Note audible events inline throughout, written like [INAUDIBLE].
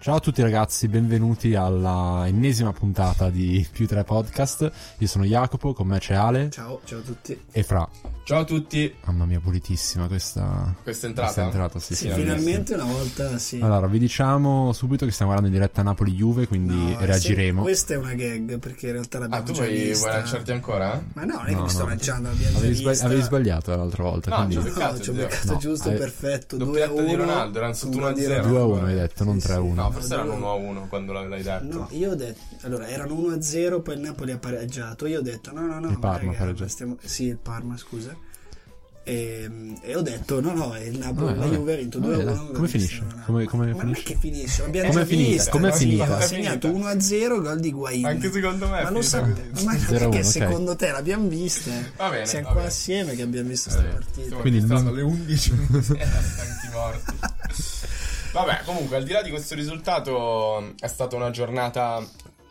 Ciao a tutti ragazzi, benvenuti alla ennesima puntata di Più 3 Podcast. Io sono Jacopo, con me c'è Ale Ciao, ciao a tutti. e Fra. Ciao a tutti, Mamma mia, pulitissima questa, questa è entrata. questa entrata. Sì, Sì, sì, finalmente una volta sì. Allora, vi diciamo subito che stiamo guardando in diretta Napoli-Juve, quindi No, eh, reagiremo. se- Questa è una gag perché in realtà Ah, l'abbiamo tu già vuoi, vista. vuoi lanciarti ancora? Ma no, non è che No, mi sto no. lanciando, l'abbiamo già Avevi, sbagli- vista. avevi sbagliato l'altra volta, No, quindi c'è No, il Peccato, ci ho zio. beccato No, Eh, giusto, hai- perfetto. Doppietta 2 a di 1, Ronaldo, era su 1 a 0. 2 a 1 hai detto, non Sì, 3 a sì. 1. No, forse Ma erano dove- 1 a 1 quando l'avevi detto. No, io ho detto, allora erano 1-0, poi il Napoli ha pareggiato. Io ho detto, no, no, no, Il Parma raga, ha pareggiato. stiamo- sì, il Parma, scusa. E, e ho detto, no, no, il Napoli, Vabbè, la vabbè. Juve ha vinto Vabbè, 2 1. dai, come finisce? Come- come diciamo, ma non è finisce? che finisce, l'abbiamo Com'è già finita? vista. Com'è no? finita? Ha segnato 1-0, gol di Guain. Anche secondo me. Ma, lo sa- ma non Zero a è uno, che ok. secondo te l'abbiamo vista? Va bene, Siamo va qua bene. assieme che abbiamo visto questa partita. Quindi Quindi il stanno non- [LAUGHS] alle 11 [LAUGHS] Eh, tanti morti. [LAUGHS] Vabbè, comunque, al di là di questo risultato, è stata una giornata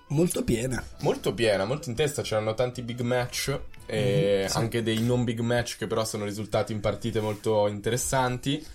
Molto piena. molto piena, molto in testa. C'erano tanti big match. E Mhm, anche dei non big match che però sono risultati in partite molto interessanti.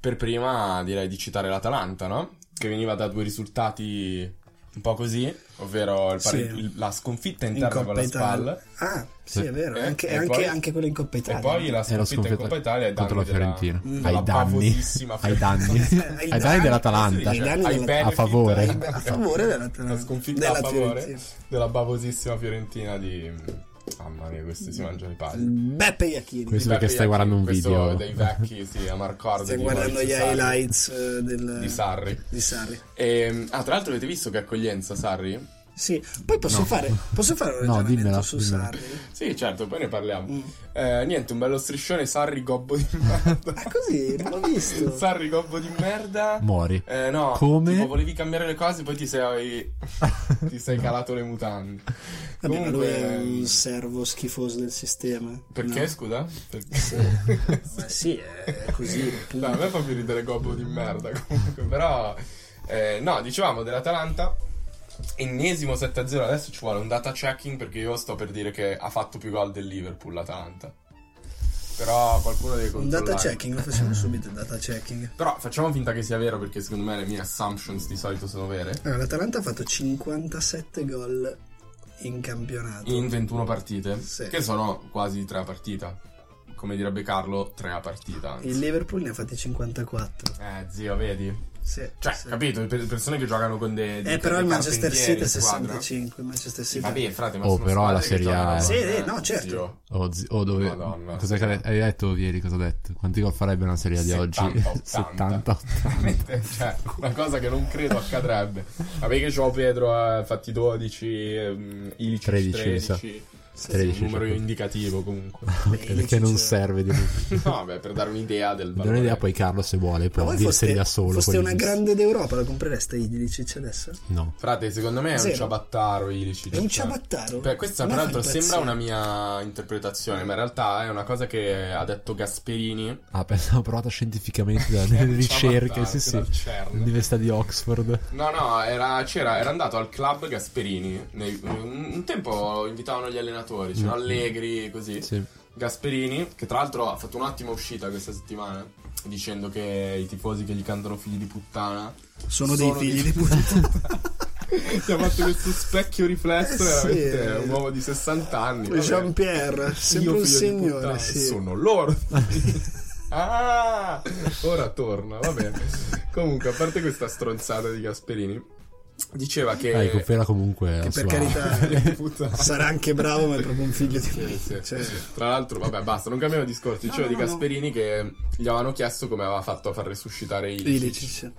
Per prima direi di citare l'Atalanta, no? Che veniva da due risultati un po' così, ovvero il pare- Sì. il- la sconfitta In interna con Coppa la Italia. spalla. Ah, sì, Sì. è vero. Eh, Anche, e anche, poi- anche quella in Coppa E Italia. poi la Era sconfitta in sconfitta Coppa Italia ai danni contro la della- Fiorentina. [LAUGHS] Mm. Ai della danni. pavosissima Ai [LAUGHS] danni. Ai Ai danni danni, dell'Atalanta. ai danni Ai della- benefit, a favore. ai be- A favore della, Eh, La sconfitta della a favore Fiorentina. della babosissima Fiorentina di... Mamma mia, questi Mm. si mangiano i Il pali. Beppe Iachini. Questo perché stai guardando un Questo video. dei vecchi, sì, a Marcordo. Stiamo di guardando Maurizio gli Sarri, highlights eh, del- Di Sarri. di Sarri. E, ah, tra l'altro avete visto che accoglienza Sarri? Sì, poi posso, fare, posso fare un No, ragionamento dimmela, su dimmela. Sarri. Sì, certo, poi ne parliamo. Mm. Eh, niente, un bello striscione Sarri gobbo di merda. Ah, così, non l'ho visto. [LAUGHS] Sarri gobbo di merda. Muori. Eh, no, Come? tipo, volevi cambiare le cose, poi ti [LAUGHS] sei, ti sei calato le mutande. Vabbè, ma lui è un Comunque, servo schifoso del sistema. perché No. scusa? Perché? Ma sì, è [LAUGHS] così. no, a me fa più ridere gobbo di merda. Comunque, però, eh, no, dicevamo dell'Atalanta. Ennesimo 7-0. Adesso ci vuole un data checking perché io sto per dire che ha fatto più gol del Liverpool. L'Atalanta. Però qualcuno deve Un controllare. data checking, lo facciamo subito il data checking. Però facciamo finta che sia vero perché secondo me le mie assumptions di solito sono vere. Allora, l'Atalanta ha fatto 57 gol in campionato. In 21 partite, Sì. che sono quasi 3 a partita. Come direbbe Carlo, 3 a partita. anzi. Il Liverpool ne ha fatti 54. Eh, zio, vedi? Sì, Cioè, sì. capito, per persone che giocano con dei... Eh, però il Manchester City è 65. il Manchester City. Vabbè, frate, ma Oh, sono però la squadre che Serie A- giocano- Sì, eh, no, certo. zio, Oh, zi- oh, dove... Madonna. cosa che hai- hai detto ieri? Cosa ho detto? Quanti gol farebbe una serie di oggi? 70. 70. veramente, cioè, una cosa che non credo accadrebbe. Vabbè che c'ho Pedro ha fatti 12, ehm, Ilicic 13, 13, mi sa. Sì, 13, un numero certo. indicativo [LAUGHS] comunque. Beh, Perché non cioè, serve [LAUGHS] di No, beh, per dare un'idea del Non valore. è idea poi Carlo se vuole, Ma può voi dirseli foste, da solo. foste quelli una giusti. grande d'Europa, la comprereste Ilicic adesso? No. Frate, secondo me è un Zero. ciabattaro Ilicic. È un ciabattaro? Certo. Beh, questa A me fa peraltro impazzire. sembra una mia interpretazione, ma in realtà è una cosa che ha detto Gasperini. Ah, pensavo provata [LAUGHS] scientificamente da delle Ciabattaro, ricerche, sì sì. dal CERN. L'università di Oxford. No, no, era, c'era, era andato al club Gasperini. nei- un un tempo invitavano gli allenatori, c'erano Allegri, così. Mm. Sì. Gasperini, che tra l'altro ha fatto un'ottima uscita questa settimana, dicendo che i tifosi che gli cantano figli di puttana. Sono dei sono figli di dei- puttana. Ti ha fatto questo specchio riflesso, Eh, sì. veramente un uomo di 60 anni. vabbè. Jean-Pierre, sempre Io un figlio di signore. puttana, Sì. Sono loro. [LAUGHS] ah, ora torna, va bene. Comunque, a parte questa stronzata di Gasperini, diceva che... [LAUGHS] Dai, conferma comunque la che per sua- carità Figli di puttana. sarà anche bravo, ma è proprio un figlio di Sì, puttana. sì. Cioè, Tra l'altro, vabbè, basta, non cambiamo discorso. Dicevo no, di no, Gasperini che gli avevano chiesto come aveva fatto a far resuscitare Ilicic. Ilicic.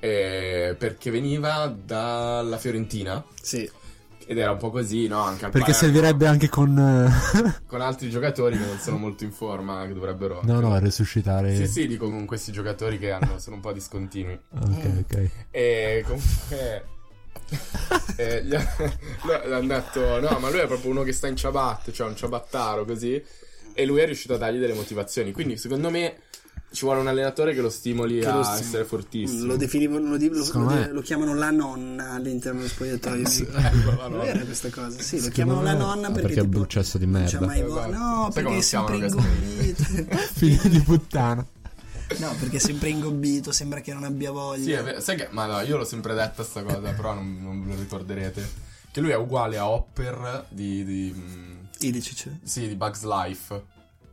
Eh, perché veniva dalla Fiorentina Sì. ed era un po' così, no? Anche al Perché Palermo, servirebbe anche con... eh, con altri giocatori che non sono molto in forma, che dovrebbero no, no, eh. a resuscitare... Sì, sì, dico con questi giocatori che hanno, sono un po' discontinui. Ok, ok. [LAUGHS] E comunque. eh, gli ha- [LAUGHS] no, gli hanno detto: No, ma lui è proprio uno che sta in ciabatte, cioè un ciabattaro così. E lui è riuscito a dargli delle motivazioni. Quindi, secondo me, ci vuole un allenatore che lo stimoli Che a lo stim- essere Mm, fortissimo. Lo definivano, lo, di- lo- Secondo lo- me- lo chiamano la nonna all'interno dello spogliatoio. Sì, amico. ecco, Ah, la Non nonna. era questa cosa, sì, lo Secondo chiamano la me- nonna Ah, perché, perché è tipo, un cesso di non merda. c'è mai vo- Esatto. No, Sai perché come è lo sempre chiamano ingombito. Figlio di puttana. [LAUGHS] No, perché è sempre ingobbito, sembra che non abbia voglia. [LAUGHS] Sì, è ver- sai che, ma no, io l'ho sempre detta sta cosa, però non, non ve lo ricorderete. Che lui è uguale a Hopper di, di, mm, Idici, cioè. sì, di Bugs Life.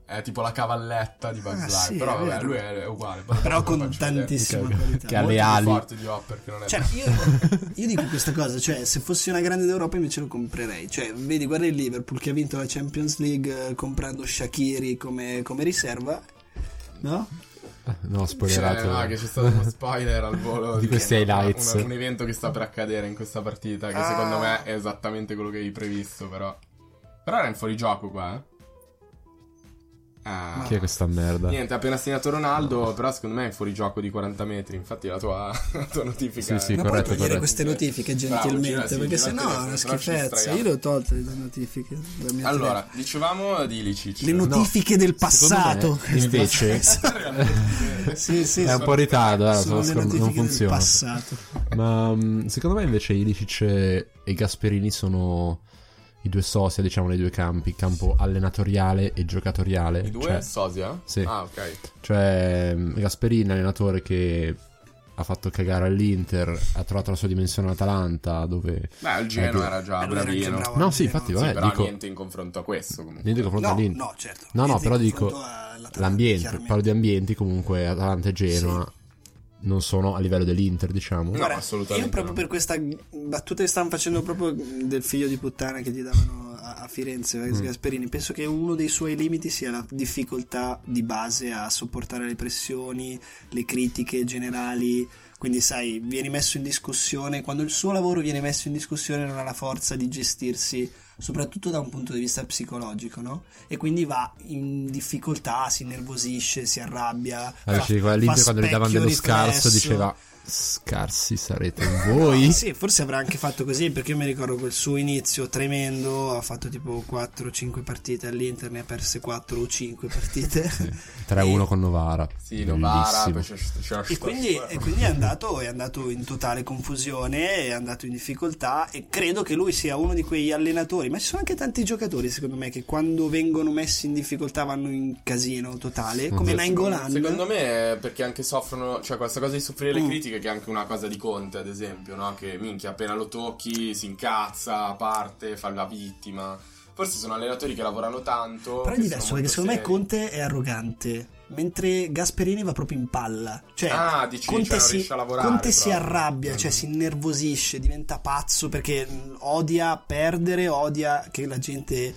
È tipo la cavalletta di Bugs Ah, Life. sì, però è vabbè, vero. lui è, è uguale. Però Lo con faccio vedere. tantissima ok. qualità. Che ha Molto le ali. più forte di Hopper che non è Cioè, io, io dico questa cosa, cioè, se fossi una grande d'Europa invece lo comprerei. Cioè, vedi, guarda il Liverpool che ha vinto la Champions League eh, comprando Shakiri come, come riserva, no? No, ho Cioè, spoilerato. no, che c'è stato uno spoiler al volo Di questi una- highlights. una- un evento che sta per accadere in questa partita. Che Ah. secondo me è esattamente quello che avevi previsto, però. Però era in fuorigioco qua, eh. Ah. [LAUGHS] Chi è questa merda? Niente, ha appena segnato Ronaldo, però secondo me è in fuorigioco di 40 metri. Infatti la tua, [LAUGHS] la tua notifica. Sì, sì, Ma corretto, puoi togliere corretto. queste notifiche Bravo, gentilmente, gira- sì, perché girate sennò le- è una sennò ci schifezza. distraiamo. Io le ho tolte le notifiche. dal mio Eh, Allora, telefono. dicevamo di Ilicic. le notifiche del passato. Secondo me, invece [LAUGHS] sì, sì, è un po' in ritardo, eh, sono sono le scom- non notifiche del funziona. passato. Ma mm, secondo me invece Ilicic e e Gasperini sono i due sosia, diciamo, nei due campi, campo allenatoriale e giocatoriale. I due? Cioè, Sosia? Sì. Ah, ok. cioè, mm, Gasperini, allenatore che ha fatto cagare all'Inter, ha trovato la sua dimensione all'Atalanta, dove... Beh, il Genoa Eh, era già Eh, lui era anche Ah, bravino. bravo No, al sì, Genoa. infatti, Sì, vabbè, però dico... niente in confronto a questo comunque. Niente confronto No, all'Inter. no, certo. No, no, Niente però in dico confronto all'Atalanta, l'ambiente, chiaramente. parlo di ambienti comunque Atalanta e Genoa non sono a livello dell'Inter, diciamo. No. Guarda, assolutamente Io proprio no. per questa battuta che stanno facendo proprio del figlio di puttana che gli davano a, a Firenze, Alex Mm. Gasperini, penso che uno dei suoi limiti sia la difficoltà di base a sopportare le pressioni, le critiche generali. Quindi, sai, viene messo in discussione, quando il suo lavoro viene messo in discussione, non ha la forza di gestirsi, soprattutto da un punto di vista psicologico, no? E quindi va in difficoltà, si innervosisce, si arrabbia. Ah, fa- dicevi, qua all'Inter fa quando gli davano specchio, dello scarso riflesso. diceva scarsi sarete voi. Ah, [LAUGHS] Sì, forse avrà anche fatto così perché io mi ricordo quel suo inizio tremendo, ha fatto tipo 4-5 partite all'Inter, ne ha perse 4 o 5 partite. 3-1 con Novara. Sì, Novara, Bellissimo. poi c'è, c'è E quindi, eh, e quindi è, andato, è andato in totale confusione, è andato in difficoltà e credo che lui sia uno di quegli allenatori, ma ci sono anche tanti giocatori secondo me che quando vengono messi in difficoltà vanno in casino totale, come Nainggolan. Secondo me è perché anche soffrono, cioè questa cosa di soffrire le Mm. critiche che è anche una cosa di Conte, ad esempio, no? Che minchia, appena lo tocchi si incazza, parte, fa la vittima. Forse sono allenatori che lavorano tanto. Però è che diverso sono perché secondo molto me seri. Conte è arrogante, mentre Gasperini va proprio in palla. Cioè, Ah, dici, Conte, cioè, non si, riesce a lavorare. Conte si proprio. Mm. arrabbia, cioè si innervosisce, diventa pazzo perché mh, odia perdere, odia che la gente eh,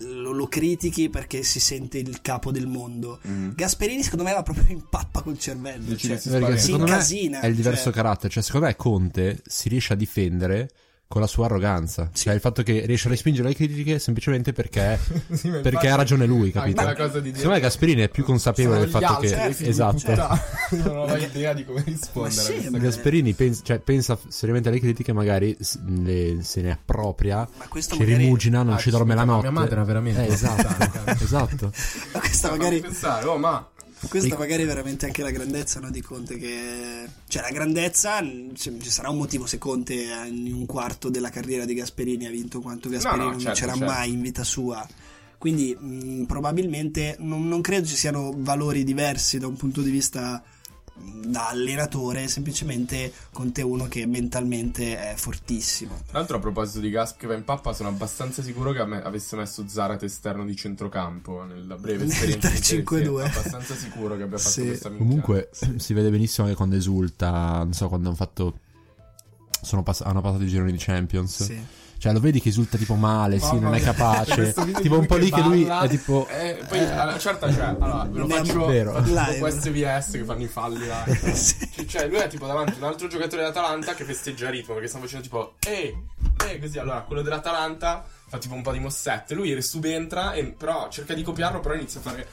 lo, lo critichi perché si sente il capo del mondo. Mm. Gasperini secondo me va proprio in pappa col cervello. Dici cioè, che si Perché spaventa. si secondo incasina. me è il diverso cioè. carattere, cioè secondo me Conte si riesce a difendere con la sua arroganza, Sì. cioè il fatto che riesce a respingere le critiche semplicemente perché, [LAUGHS] Sì, ma perché infatti- ha ragione lui, capito? Anche la cosa di dire- Secondo me Gasperini è più consapevole del Sono gli fatto altri, Cioè, che eh, figli di esatto. puttana. [LAUGHS] non ho idea di come Cioè, Ma rispondere. sì, a ma- questa cosa. Gasperini pensa, cioè, pensa seriamente alle critiche, magari s- le- se ne appropria, Ma questo ci magari- rimugina, non Ah, ci dorme la scusa, ma notte. mia madre era veramente Eh, [LAUGHS] esatto, puttana. [LAUGHS] cioè. esatto. Ma [LAUGHS] questa Ma magari pensare, oh, ma Questa magari è veramente anche la grandezza no, di Conte che... Cioè la grandezza, mh, ci ci sarà un motivo se Conte eh, in un quarto della carriera di Gasperini ha vinto quanto Gasperini no, non certo, vincerà certo. mai in vita sua. Quindi mh, probabilmente non, non credo ci siano valori diversi da un punto di vista mh, da allenatore, semplicemente Conte è uno che mentalmente è fortissimo. Tra l'altro a proposito di Gasp che va in pappa sono abbastanza sicuro che a me- avesse messo Zarate esterno di centrocampo nella breve Nel esperienza. di 3-5-2. Chelsea. abbastanza sicuro che abbia fatto Sì. questa minchia. Comunque si vede benissimo anche quando esulta, non so, quando hanno fatto... sono pass- hanno passato i gironi di Champions. [LAUGHS] Cioè lo vedi che esulta tipo male, sì, Mamma non è mia. capace. [LAUGHS] Questo video tipo un di po' lì che lui parla, è tipo... eh, poi alla certa cioè, allora ve lo Non è faccio vero. faccio un po' Live. questo VS che fanno i falli [LAUGHS] live. Cioè, Cioè, lui è tipo davanti un altro giocatore dell'Atalanta che festeggia a ritmo perché stanno facendo tipo ehi, ehi, così. Allora, quello dell'Atalanta fa tipo un po' di mossette. Lui subentra, e, però cerca di copiarlo, però inizia [LAUGHS] a fare.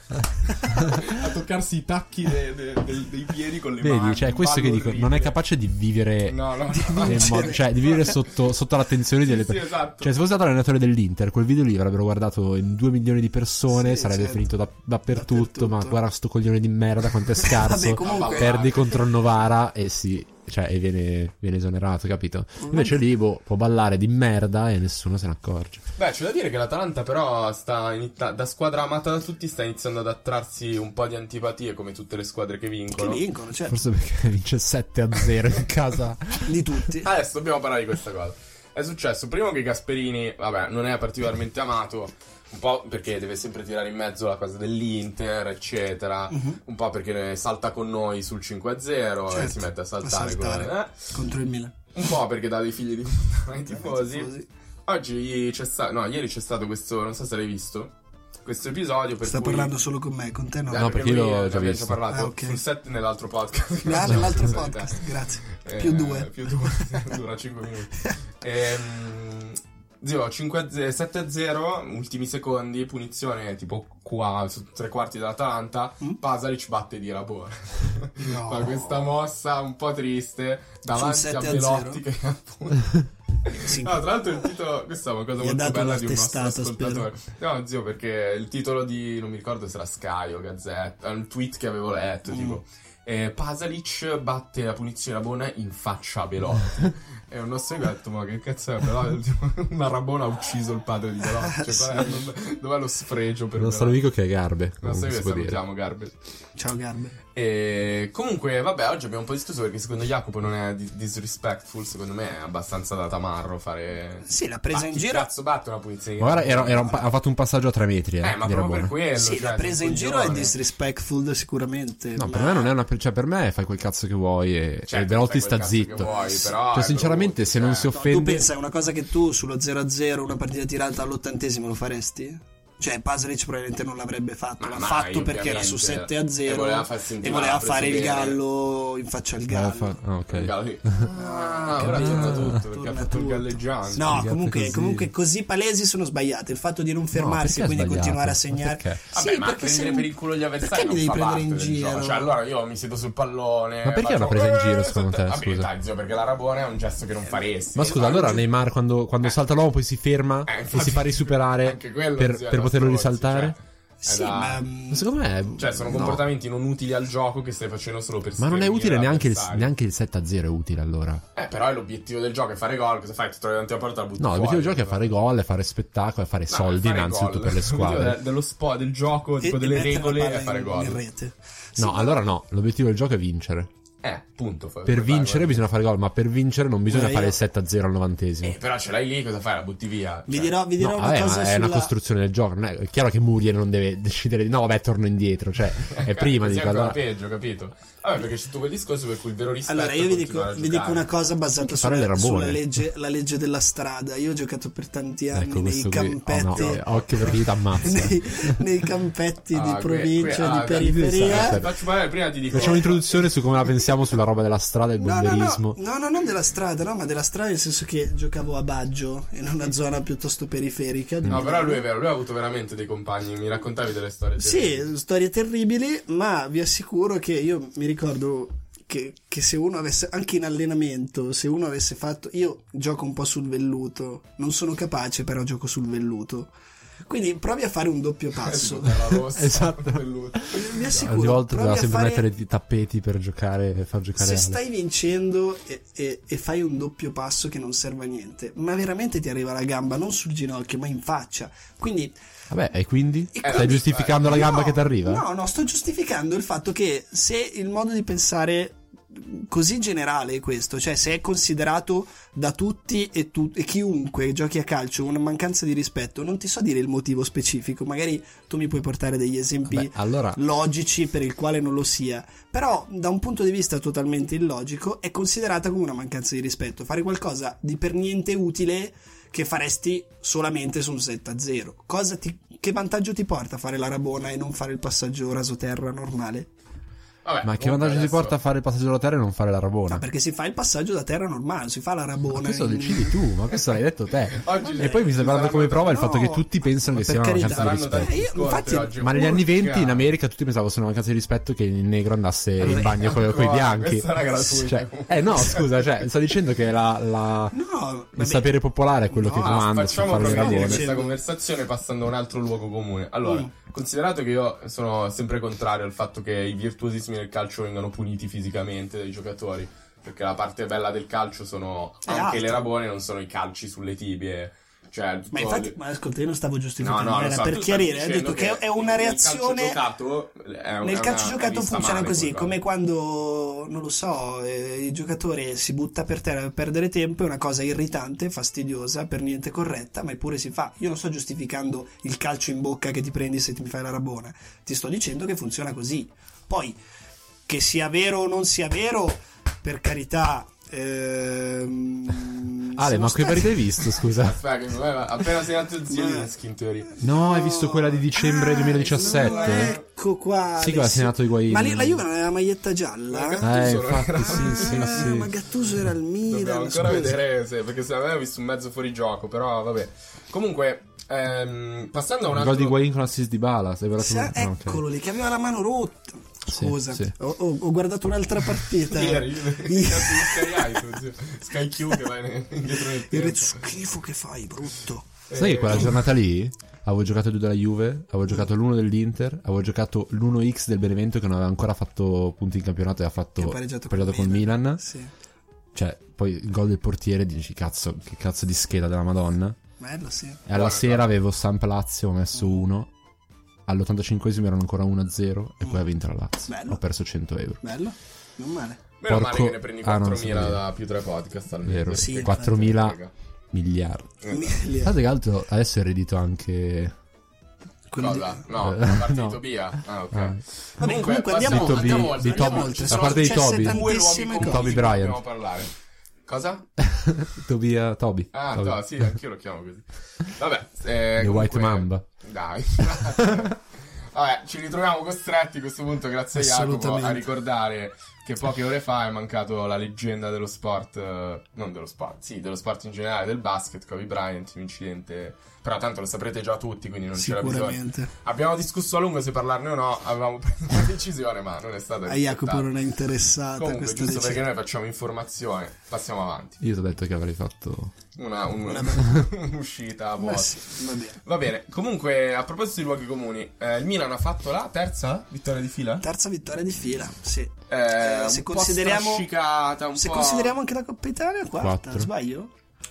a toccarsi i tacchi de- de- del- dei piedi con le mani. Vedi, cioè è un questo che ballo dico, orribile. non è capace di vivere... No, no, nel no. modo- cioè, di vivere sotto, sotto l'attenzione delle Sì, sì, persone. esatto. Cioè, se fosse stato l'allenatore dell'Inter, quel video lì avrebbero guardato in 2 milioni di persone, Sì, sarebbe certo. finito da- dappertutto, Dappertutto. [LAUGHS] Ma guarda sto coglione di merda quanto è scarso. Vabbè, comunque- Perdi contro il Novara e si cioè, e viene, viene esonerato, capito? Invece lì boh, può ballare di merda e nessuno se ne accorge. Beh, c'è da dire che l'Atalanta però sta ini- da squadra amata da tutti sta iniziando ad attrarsi un po' di antipatie come tutte le squadre che Che vincono. vincono, cioè, Forse perché [LAUGHS] vince 7 a 0 in [LAUGHS] casa. di tutti. Adesso dobbiamo parlare di questa cosa. È successo primo che Gasperini, vabbè, non è particolarmente amato, un po' perché deve sempre tirare in mezzo la cosa dell'Inter, eccetera, Mhm. un po' perché salta con noi sul 5-0 e Certo, si mette a a saltare, saltare. come- eh? Contro il Milan. un po' perché dà dei figli di puttana ai tifosi. Tifosi. Oggi c'è stato, no, ieri c'è stato questo, non so se l'hai visto, questo episodio per Sta cui... parlando solo con me, con te no. Eh, No, perché io lui l'ho ne già abbiamo visto. parlato Ah, ok. sul set nell'altro podcast. Ah, nell'altro podcast, grazie. Eh, Più due. Più due, [LAUGHS] dura 5 minuti. Ehm, zio, 5 7 0, ultimi secondi, punizione tipo qua, su tre quarti dell'Atalanta, Mm. Pasalic batte di Rabor. [LAUGHS] No. Fa questa mossa un po' triste, davanti a 7 a Belotti che [LAUGHS] appunto... Sì. No, Ah, tra l'altro il titolo, questa è una cosa Gli ha molto dato bella una di un nostro testata, ascoltatore. No, zio, perché il titolo di, non mi ricordo se era Sky o Gazzetta, un tweet che avevo letto, Mm. tipo, eh, Pasalic batte la punizione Rabona in faccia a Belotti. e un nostro amico ha detto, ma che cazzo è Belotti? Tipo, Una Rabona ha ucciso il padre di Belotti, cioè, qual è- non- dov'è lo sfregio per Il nostro Belotti? amico che è Garbe. Non so comunque che si può dire. salutiamo Garber. Ciao Garbe. E comunque, vabbè, oggi abbiamo un po' discusso perché secondo Jacopo non è di- disrespectful, secondo me è abbastanza da tamarro fare... Sì, l'ha presa Ma in chi giro. cazzo batte una punizione? Ma guarda, era- era un pa- ha fatto un passaggio a 3 metri. Eh, Eh, ma di proprio Rabona. per quello. Sì, cioè, l'ha presa in sul giro è coglione. disrespectful sicuramente. No, ma- per me non è una. Cioè, per me fai quel cazzo che vuoi e, Certo, e Cioè, Belotti fai quel sta cazzo che zitto. vuoi, però cioè, è sinceramente, brutto, se non cioè. si No, tu offende. pensa è una cosa che tu sullo 0-0, una partita tirata all'ottantesimo lo faresti? Cioè, Pasalic probabilmente non l'avrebbe fatto. Ma L'ha mai, fatto perché era su ovviamente. 7-0 E voleva far sentire e voleva la presa fare il bene. gallo in faccia al Ah, gallo. fa- ah, ok. Il gallo lì. cioè, Ah, ora capito. torna tutto perché Torna ha fatto il tutto. galleggiante. No, Sbagliate comunque così. comunque così. palesi sono sbagliate. Il fatto di non perché fermarsi e quindi sbagliate? continuare a Ma segnare. perché? Vabbè, Sì, ma perché prendere se- per il culo gli avversari Perché non li devi fa prendere parte in del giro? gioco. Cioè, allora io mi siedo sul pallone. Ma perché è una faccio, presa in giro, "Eh, secondo te, senta-" Vabbè, scusa? dai, zio, perché l'Arabone è un gesto che non faresti. Ma scusa, Eh, allora anche- Neymar quando, quando salta l'uomo poi si ferma eh, e si fa risuperare anche quello, per, zio, per da poterlo stronzi, risaltare? cioè. Sì, Eh, dai. ma mm, Ma Secondo me. Cioè, sono no. comportamenti non utili al gioco che stai facendo solo per Ma non è schernire utile neanche il, l'avversario. neanche il 7 a 0 è utile allora. Eh, però è l'obiettivo del gioco, è fare gol. Cosa fai? Ti trovi davanti alla porta e la butti No, l'obiettivo del fuori, gioco è cioè. fare gol, è fare spettacolo, è fare No, soldi fare innanzitutto gol. per le [LAUGHS] L'obiettivo squadre. de- dello sport, del gioco, e- tipo e delle mettere la regole palla è fare in- gol. in rete. Sì, No, allora no, l'obiettivo del gioco è vincere. Eh, punto. fa- Per fai vincere gol. eh. bisogna fare gol, ma per vincere non bisogna Guarda, fare il io- 7 a 0 al novantesimo. Eh, però ce l'hai lì, cosa fai? La butti via. Vi Cioè, [LAUGHS] dirò, vi dirò No, una vabbè, cosa ma sulla... è una costruzione del gioco. non è, è chiaro che Muriel non deve decidere di no, vabbè, torno indietro. [LAUGHS] Cioè, è eh, prima di così è ancora allora, peggio, capito? Vabbè, perché c'è tutto quel discorso per cui il vero rispetto Allora, è io vi dico, continuare a vi dico giocare. una cosa basata Che parole sulla, Ramone. sulla legge, la legge della strada. Io ho giocato per tanti anni Ecco, nei questo qui. oh, campetti. no, [LAUGHS] eh, occhio perché ti ammazza. nei, nei campetti Ah, di que- provincia, que- ah, di sai, dai, periferia. sai. Faccio parlare prima ti dico. Facciamo un'introduzione su come la pensiamo sulla roba della strada e il No, no, bomberismo. no, no, no, non della strada, no, ma della strada nel senso che giocavo a Baggio, in una zona piuttosto periferica. di No, Milano. però lui è vero, lui ha avuto veramente dei compagni. Mi raccontavi delle storie. terribili. Sì, storie terribili, ma vi assicuro che io mi ricordo che, che se uno avesse, anche in allenamento, se uno avesse fatto, io gioco un po' sul velluto, non sono capace però gioco sul velluto, quindi provi a fare un doppio passo. Adesso [LAUGHS] butta la rossa. [LAUGHS] Esatto. belluta. Vi assicuro, Eh Ogni volta provi doveva a sempre fare- mettere i tappeti per giocare, per far giocare se Ale. stai vincendo e, e- e fai un doppio passo che non serve a niente, ma veramente ti arriva la gamba non sul ginocchio, ma in faccia. Quindi Vabbè, e quindi? E Stai quindi- giustificando la gamba No, che ti arriva? No, no, sto giustificando il fatto che se il modo di pensare così generale è questo, cioè se è considerato da tutti e, tu- e chiunque giochi a calcio una mancanza di rispetto, non ti so dire il motivo specifico, magari tu mi puoi portare degli esempi Beh, allora, logici per il quale non lo sia, però da un punto di vista totalmente illogico è considerata come una mancanza di rispetto, fare qualcosa di per niente utile che faresti solamente su un 7-0. Cosa ti- che vantaggio ti porta fare la rabona e non fare il passaggio rasoterra normale? Vabbè, ma che comunque vantaggio ti adesso- porta a fare il passaggio alla terra e non fare la rabona? No, perché si fa il passaggio da terra normale, si fa la Ah. Ma rabona. questo lo in- decidi tu, ma questo l'hai detto te. Oggi E poi mi stai parlando saranno- come prova il no, fatto che tutti pensano ma che sia per una carità. mancanza di Saranno rispetto. tanti Eh, io, infatti- scontri oggi. Ma negli anni Cioè, Urca. 20 in America tutti pensavano fosse una mancanza di rispetto che il negro andasse in bagno con, i ancora, bianchi. questa era gratuita, Cioè, comunque. eh no, scusa, cioè, sto dicendo che la- la- No, il sapere popolare è quello No, che comanda sul Ah, Facciamo fare le proprio ragione. rabone. questa conversazione passando a un altro luogo comune. Allora, Mm. considerato che io sono sempre contrario al fatto che i virtuosismi del calcio vengano puniti fisicamente dai giocatori, Perché la parte bella del calcio sono È anche le alto. rabone, non sono i calci sulle tibie. Cioè, tutto Ma infatti, il- ma ascolta, io non stavo No, giustificando, no, lo era so, per tu stai chiarire, eh, ho dicendo detto che è una reazione... Nel calcio giocato, è un- è Nel calcio una- è giocato vista funziona male così, quella come cosa. quando, non lo so, eh, il giocatore si butta per terra per perdere tempo, è una cosa irritante, fastidiosa, per niente corretta, ma eppure si fa. Io non sto giustificando il calcio in bocca che ti prendi se ti fai la rabona, ti sto dicendo che funziona così. Poi, che sia vero o non sia vero, per carità... Ehm, Ale, ma siamo che stati- partita hai visto, scusa? Aspetta, che mi- appena sei nato zio di Skin Theory. [LAUGHS] No, hai visto quella di dicembre Ah, 2017? no, ecco qua. Sì, quella adesso. senato Higuain. Ma lì la Juve non aveva la maglietta gialla? Eh, Gattuso, non era- infatti, sì, Ah, [LAUGHS] sì, ma sì. Gattuso era il Dobbiamo Milan. scusa. ancora vedere se, perché secondo me ho visto un mezzo fuori gioco, però vabbè. Comunque, ehm, passando a un Il altro gol di [LAUGHS] Guain con assist di Bala, sei vero? Sì, Eh, ecco. eccolo lì che aveva la mano rotta. Sì, Scusa, sì. Ho, ho- ho guardato un'altra partita. ieri, [LAUGHS] I- il cazzo di Sky High, Sky Q che va in- [LAUGHS] indietro nel Il re- tempo. schifo che fai, brutto. Sai Eh, che quella giornata lì avevo giocato due della Juve, avevo giocato l'uno dell'Inter, avevo giocato l'1x del Benevento che non aveva ancora fatto punti in campionato e ha fatto Che ha pareggiato con col Milan. Milan. Sì. Cioè, poi il gol del portiere dici cazzo, che cazzo di scheda della Madonna. Bello, sì. E alla sera avevo San Lazio, ho messo 1. All'85esimo erano ancora 1-0 e poi ha vinto la Lazio. Bello. Ho perso 100 euro. Bello, non male. Meno male Porco- che ne prendi Ah, non 4.000 so dire. da più tre podcast almeno. Vero? Sì, perché- 4.000 Raga. miliardi. Milia. Tanto che altro adesso è eredito anche... Quello di- Cosa? No, Eh, partito no. via. Ah, ok. Ah. Vabbè, comunque passiamo- andiamo- Di Toby- oltre, di andiamo Toby- oltre. da Sono parte di successe Toby. due luoghi tantissime comuni cose. Toby di cui Bryant. dobbiamo parlare. Cosa? Tobia Toby. Ah, Toby. no, sì, anch'io lo chiamo così. Vabbè, eh, The White comunque- Mamba. Dai. [LAUGHS] grazie. Vabbè, ci ritroviamo costretti a questo punto, grazie a Jacopo, Assolutamente. a ricordare che poche ore fa è mancato la leggenda dello sport, eh, non dello sport, sì, dello sport in generale, del basket, Kobe Bryant, un incidente, però tanto lo saprete già tutti, quindi non c'era bisogno. Sicuramente. Abbiamo discusso a lungo se parlarne o no, avevamo [LAUGHS] preso una decisione, ma non è stata A rispettata. Ah, Jacopo non è interessata Comunque, questa giusto perché decisione. noi facciamo informazione, passiamo avanti. Io ti ho detto che avrei fatto... Una, un- [LAUGHS] un'uscita Ma a vuoto. Eh sì, va bene. Va bene, comunque a proposito di luoghi comuni, eh, il Milan ha fatto la terza vittoria di fila? Terza vittoria di fila, sì. Eh, Eh, se un po' consideriamo- strascicata, un Se po'- consideriamo anche la Coppa Italia, quarta, Quattro. sbaglio?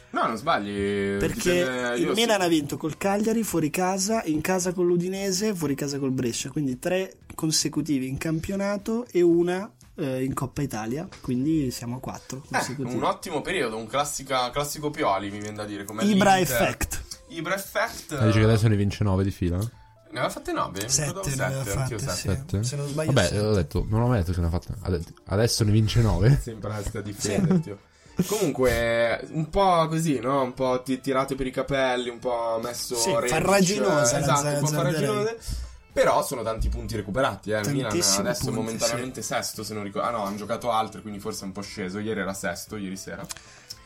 No, non sbagli. Perché dipende- il Eh, io Milan sì. ha vinto col Cagliari fuori casa, in casa con l'Udinese, fuori casa col Brescia, quindi tre consecutivi in campionato e una eh, in Coppa Italia, quindi siamo a quattro Eh, consecutivi. un ottimo periodo, un classica- classico Pioli, mi viene da dire. Come Ibra l'Inter. Effect. Ibra Effect. eh, Ah, dici che adesso ne vince 9 di fila? Ne aveva fatte 9? Sette ne aveva fatte, sì. Sette? se non sbaglio Vabbè, sette. ho detto, non ho mai detto che ne ha fatte. ha detto, Adesso ne vince 9. Sembra sta Cioè. difenderti. oh. Comunque, un po' così, no? Un po' ti- tirato per i capelli, un po' messo Sì, range, farraginosa la eh, Esatto, un po' Zanzarella. farraginosa. Però sono tanti punti recuperati, eh. Il Milan Tantissimi adesso è punti, momentaneamente sesto, se non ricordo. Ah no, hanno giocato altri, quindi forse è un po' sceso. Ieri era sesto, ieri sera.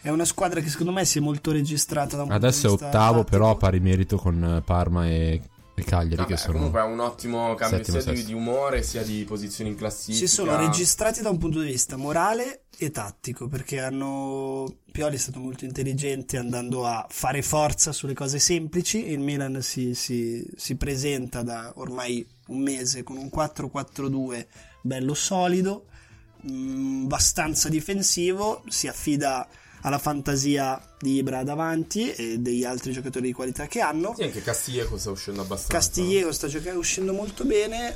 È una squadra che secondo me si è molto registrata da un [LAUGHS] punto Adesso è di vista ottavo, però a tattico. pari merito con eh, Parma e, e Cagliari, Vabbè, che sono... comunque ha un ottimo cambio settimo, sia di, sesto. di umore, sia di posizioni in classifica. Si sono registrati da un punto di vista morale e tattico perché hanno Pioli è stato molto intelligente andando a fare forza sulle cose semplici e il Milan si, si- si presenta da ormai un mese con un 4-4-2 bello solido mh, abbastanza difensivo si affida alla fantasia di Ibra davanti e degli altri giocatori di qualità che hanno Sì, anche Castiglieco sta uscendo abbastanza. Castiglieco sta giocando uscendo molto bene.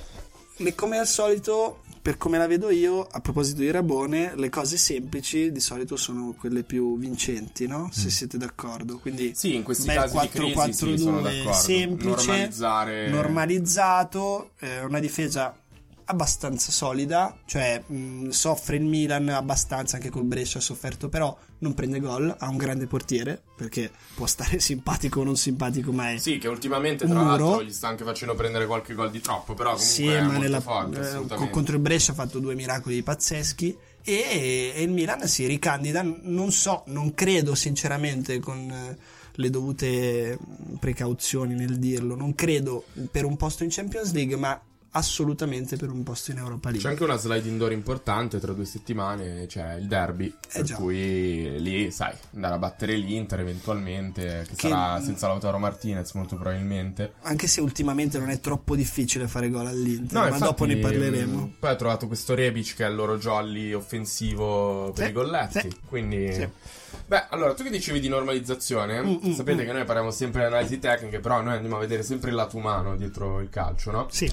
E come al solito, per come la vedo io, a proposito di Rabone, le cose semplici di solito sono quelle più vincenti, no? Se siete d'accordo. Quindi Sì, in questi bel casi di crisi sì, 4-4-2 sono d'accordo. semplice, normalizzare normalizzato, eh, una difesa abbastanza solida, cioè mh, soffre il Milan abbastanza, anche col Brescia ha sofferto, però non prende gol, ha un grande portiere, perché può stare [LAUGHS] simpatico o non simpatico, ma è Sì, che ultimamente tra Un muro. l'altro gli sta anche facendo prendere qualche gol di troppo, però comunque Sì, è ma molto nella- forte, eh, assolutamente. contro il Brescia ha fatto due miracoli pazzeschi e, e il Milan si ricandida, non so, non credo sinceramente con eh, le mm, dovute precauzioni nel dirlo, non credo per un posto in Champions League, ma assolutamente per un posto in Europa C'è League. anche una slide indoor importante tra due settimane, c'è il derby, per Eh già. cui lì, sai, andare a battere l'Inter eventualmente, che, Che- sarà senza Lautaro Martinez molto probabilmente. Anche se ultimamente non è troppo difficile fare gol all'Inter, ma infatti, dopo ne parleremo. mh, Poi ha trovato questo Rebic che è il loro jolly offensivo per Sì, i golletti. sì. Quindi, Sì. beh, allora tu che dicevi di normalizzazione, Mm, mm, sapete mm. che noi parliamo sempre di analisi tecniche, però noi andiamo a vedere sempre il lato umano dietro il calcio, no? Sì,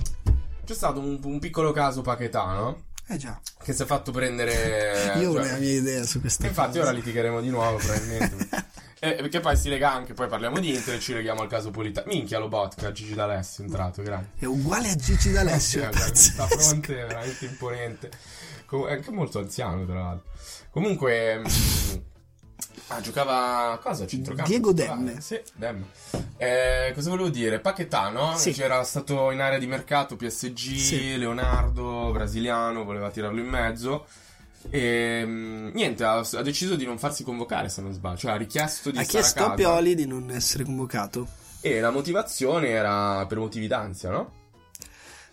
C'è stato un, un piccolo caso Paquetano eh già. che si è fatto prendere. Io ho cioè, una mia idea su questa Infatti, cosa. ora litigheremo di nuovo, probabilmente. [LAUGHS] Eh, perché poi si lega anche, poi parliamo di Inter e ci leghiamo al caso Polita. Minchia, lo botka, Gigi D'Alessio è entrato, grazie. [LAUGHS] È uguale a Gigi Eh D'Alessio. è Sta pazzesco. fronte è veramente imponente. Com- è anche molto anziano, tra l'altro. Comunque. mm, Ah, giocava cosa? a Centrocampo? Diego titolare? Demme. Sì, Demme. Eh, cosa volevo dire? Paquetano Sì. c'era stato in area di mercato PSG, Sì. Leonardo, brasiliano, voleva tirarlo in mezzo. E mm, niente, ha, ha deciso di non farsi convocare. Se non sbaglio, cioè ha richiesto di Ha stare chiesto a a casa. Pioli di non essere convocato. E la motivazione era per motivi d'ansia, no?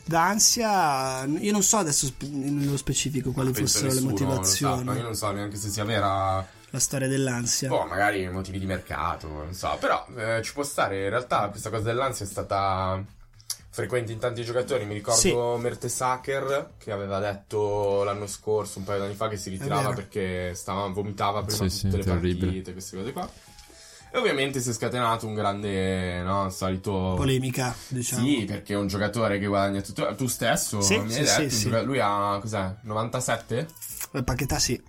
Da ansia, io non so adesso spe- nello specifico quali Penso fossero le nessuno lo sa, motivazioni. ma io non so neanche se sia vera. La storia dell'ansia. Boh, magari motivi di mercato, non so. Però eh, ci può stare. In realtà questa cosa dell'ansia è stata frequente in tanti giocatori. Mi ricordo Sì. Mertesacker che aveva detto l'anno scorso, un paio d'anni fa, che si ritirava vero. perché stava, vomitava prima Sì, di sì, tutte le terribile. partite, queste cose qua. E ovviamente si è scatenato un grande, no, solito Polemica, diciamo. Sì, perché è un giocatore che guadagna tutto. Tu stesso Sì, mi hai sì, detto. sì, un sì. gioca- Lui ha cos'è? 97? La Eh, Paquetà sì.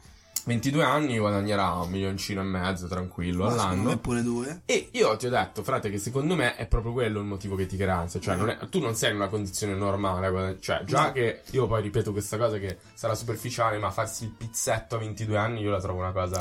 22 anni guadagnerà un milioncino e mezzo tranquillo Ma secondo me all'anno. pure due. E io ti ho detto, frate, che secondo me è proprio quello il motivo che ti crea ansia. Cioè, non è- tu non sei in una condizione normale. guarda- Cioè, già No. che io poi ripeto questa cosa che sarà superficiale, ma farsi il pizzetto a 22 anni io la trovo [LAUGHS] una cosa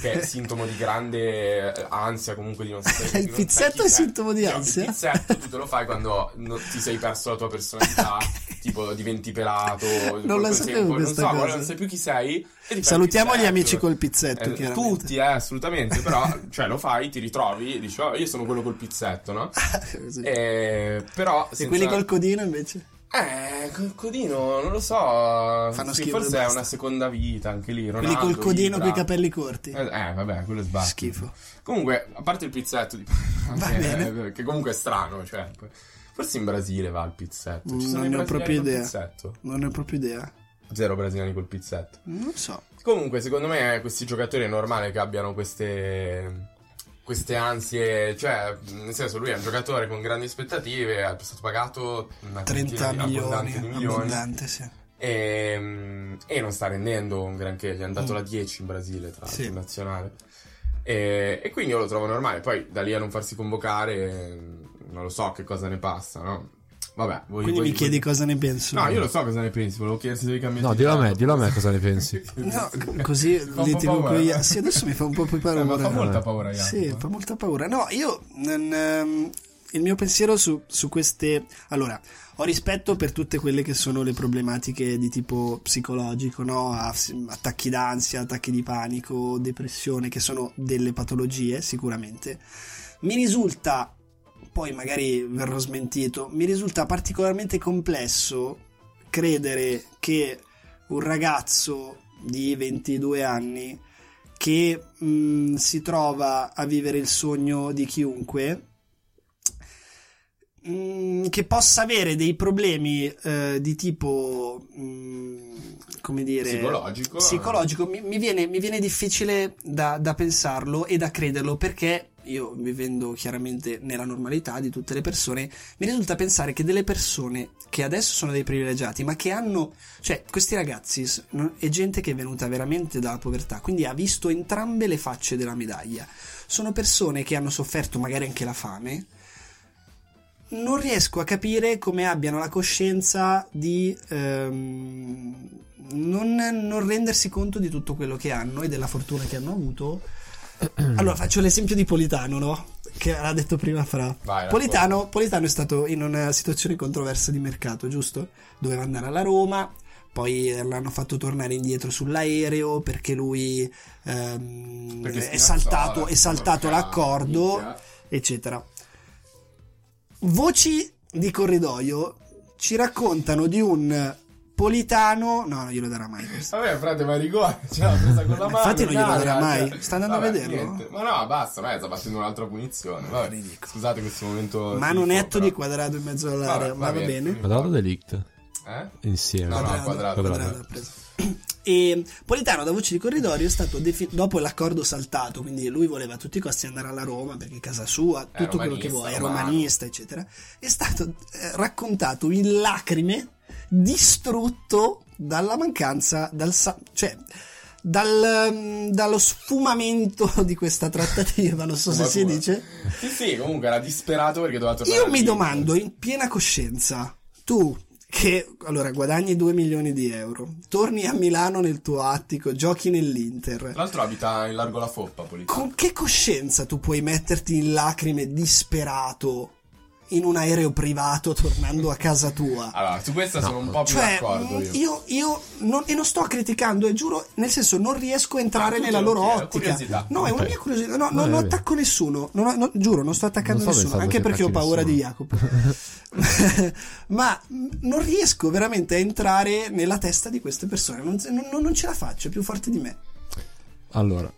che è sintomo di grande eh, ansia [LAUGHS] comunque di non sapere. Il di non sai pizzetto è chi sei. sintomo di Cioè, ansia? Il pizzetto tu te lo fai quando no- ti sei perso la tua [LAUGHS] personalità, tipo diventi pelato. Non la col sapevo tempo, questa non so, cosa. Non sai più chi sei. e ti fai Salutiamo il gli pizzetto. amici col pizzetto, Eh, chiaramente. tutti, eh, assolutamente, [LAUGHS] però cioè, lo fai, ti ritrovi, dici, "Oh, io sono quello col pizzetto, no? [LAUGHS] Così. Eh, però... e senza- quelli col codino invece? Eh, col codino, non lo so... Fanno sì, schifo e forse è basta. una seconda vita anche lì, Ronaldo, quelli col codino Ibra. con i capelli corti. Eh, eh, vabbè, quello è sbaglio. Schifo. Comunque, a parte il pizzetto di... [LAUGHS] Va che- bene. Che comunque è strano, cioè... Forse in Brasile va il pizzetto. Ci Mm, sono Non i ne ho brasiliani proprio col idea. pizzetto. Non ne ho proprio idea. Zero brasiliani col pizzetto. Non so. Comunque, secondo me, questi giocatori è normale che abbiano queste. Queste ansie, cioè, nel senso, lui è un giocatore con grandi aspettative, è stato pagato 30 una trentina Eh, di- milioni, abbondante di milioni abbondante, sì. e, mm, e non sta rendendo un granché. Gli hanno dato Mm. la 10 in Brasile, tra l'altro, Sì. in nazionale. E, e quindi io lo trovo normale. Poi da lì a non farsi convocare, mm, non lo so che cosa ne passa, no? Vabbè, voi, Quindi voi- mi chiedi voi- cosa ne penso. No, io lo so cosa ne pensi, volevo chiedersi se devi cambiare. No, dillo a me, [LAUGHS] dillo a me cosa ne pensi. No, c- così litigo con gli... Ah, Sì, adesso mi fa un po' più paura. [LAUGHS] Eh, ma fa molta paura, Sì, Jacopo. fa molta paura. No, io... non, ehm, il mio pensiero su, su queste... Allora, ho rispetto per tutte quelle che sono le problematiche di tipo psicologico, no? Aff- Attacchi d'ansia, attacchi di panico, depressione, che sono delle patologie sicuramente. Mi risulta, poi magari verrò smentito, mi risulta particolarmente complesso credere che un ragazzo di 22 anni che mh, si trova a vivere il sogno di chiunque mh, che possa avere dei problemi eh, di tipo mh, come dire Psicologico. psicologico mi, mi viene, mi viene difficile da, da pensarlo e da crederlo perché io vivendo chiaramente nella normalità di tutte le persone mi risulta pensare che delle persone che adesso sono dei privilegiati ma che hanno cioè questi ragazzi s- non- è gente che è venuta veramente dalla povertà quindi ha visto entrambe le facce della medaglia sono persone che hanno sofferto magari anche la fame non riesco a capire come abbiano la coscienza di ehm, non, non rendersi conto di tutto quello che hanno e della fortuna che hanno avuto. Allora faccio l'esempio di Politano, no? Che ha detto prima Fra. Vai, racconta. Politano, Politano è stato in una situazione controversa di mercato, giusto? Doveva andare alla Roma, poi l'hanno fatto tornare indietro sull'aereo perché lui ehm, eh, Perché è Spinazzola, saltato, è saltato Porca l'accordo minchia. eccetera. Voci di corridoio ci raccontano di un Politano. No, non glielo darà mai questo. Vabbè, frate, ma rigore, [LAUGHS] ce l'ha presa con la mano. Infatti non glielo cara, darà mai. cioè. Sta andando a Vabbè, vederlo? niente. Ma no, basta, ma sta battendo un'altra punizione. Vabbè, Ridicolo. Scusate questo momento. Mano tifo, netto però. di quadrato in mezzo all'area, Vabbè, ma va bene. Quadrato o delict? Eh? Insieme. No, no, quadrato, ha preso. E Politano da voce di corridoio è stato defi- dopo l'accordo saltato, quindi lui voleva a tutti i costi andare alla Roma perché è casa sua, È tutto quello che romanista, vuoi, è romano. romanista, eccetera. È stato eh, raccontato in lacrime, distrutto dalla mancanza, dal sa- cioè dal, mm, dallo sfumamento [LAUGHS] di questa trattativa, non so se si Sfumatura. dice. Eh? [LAUGHS] Sì, sì, comunque era disperato perché doveva tornare. Io al mi Liverpool. domando in piena coscienza, tu che allora guadagni 2 milioni di euro, torni a Milano nel tuo attico, giochi nell'Inter. Tra l'altro abita in largo la foppa, Politano. Con che coscienza tu puoi metterti in lacrime disperato in un aereo privato tornando a casa tua? Allora, su questa sono un po' più Cioè, d'accordo mm, io. io, io non, e non sto criticando, e giuro, nel senso, non riesco a entrare Ah, tu nella te lo loro chiedo, ottica. curiosità. No, è una Ok. mia curiosità. No, Va non bene. attacco nessuno. Non- non- giuro, non sto attaccando Non sto nessuno, pensando anche che perché ho attacchi paura di nessuno. Jacopo. [LAUGHS] Ma mm, non riesco veramente a entrare nella testa di queste persone. Non, non- non ce la faccio, è più forte di me. Allora,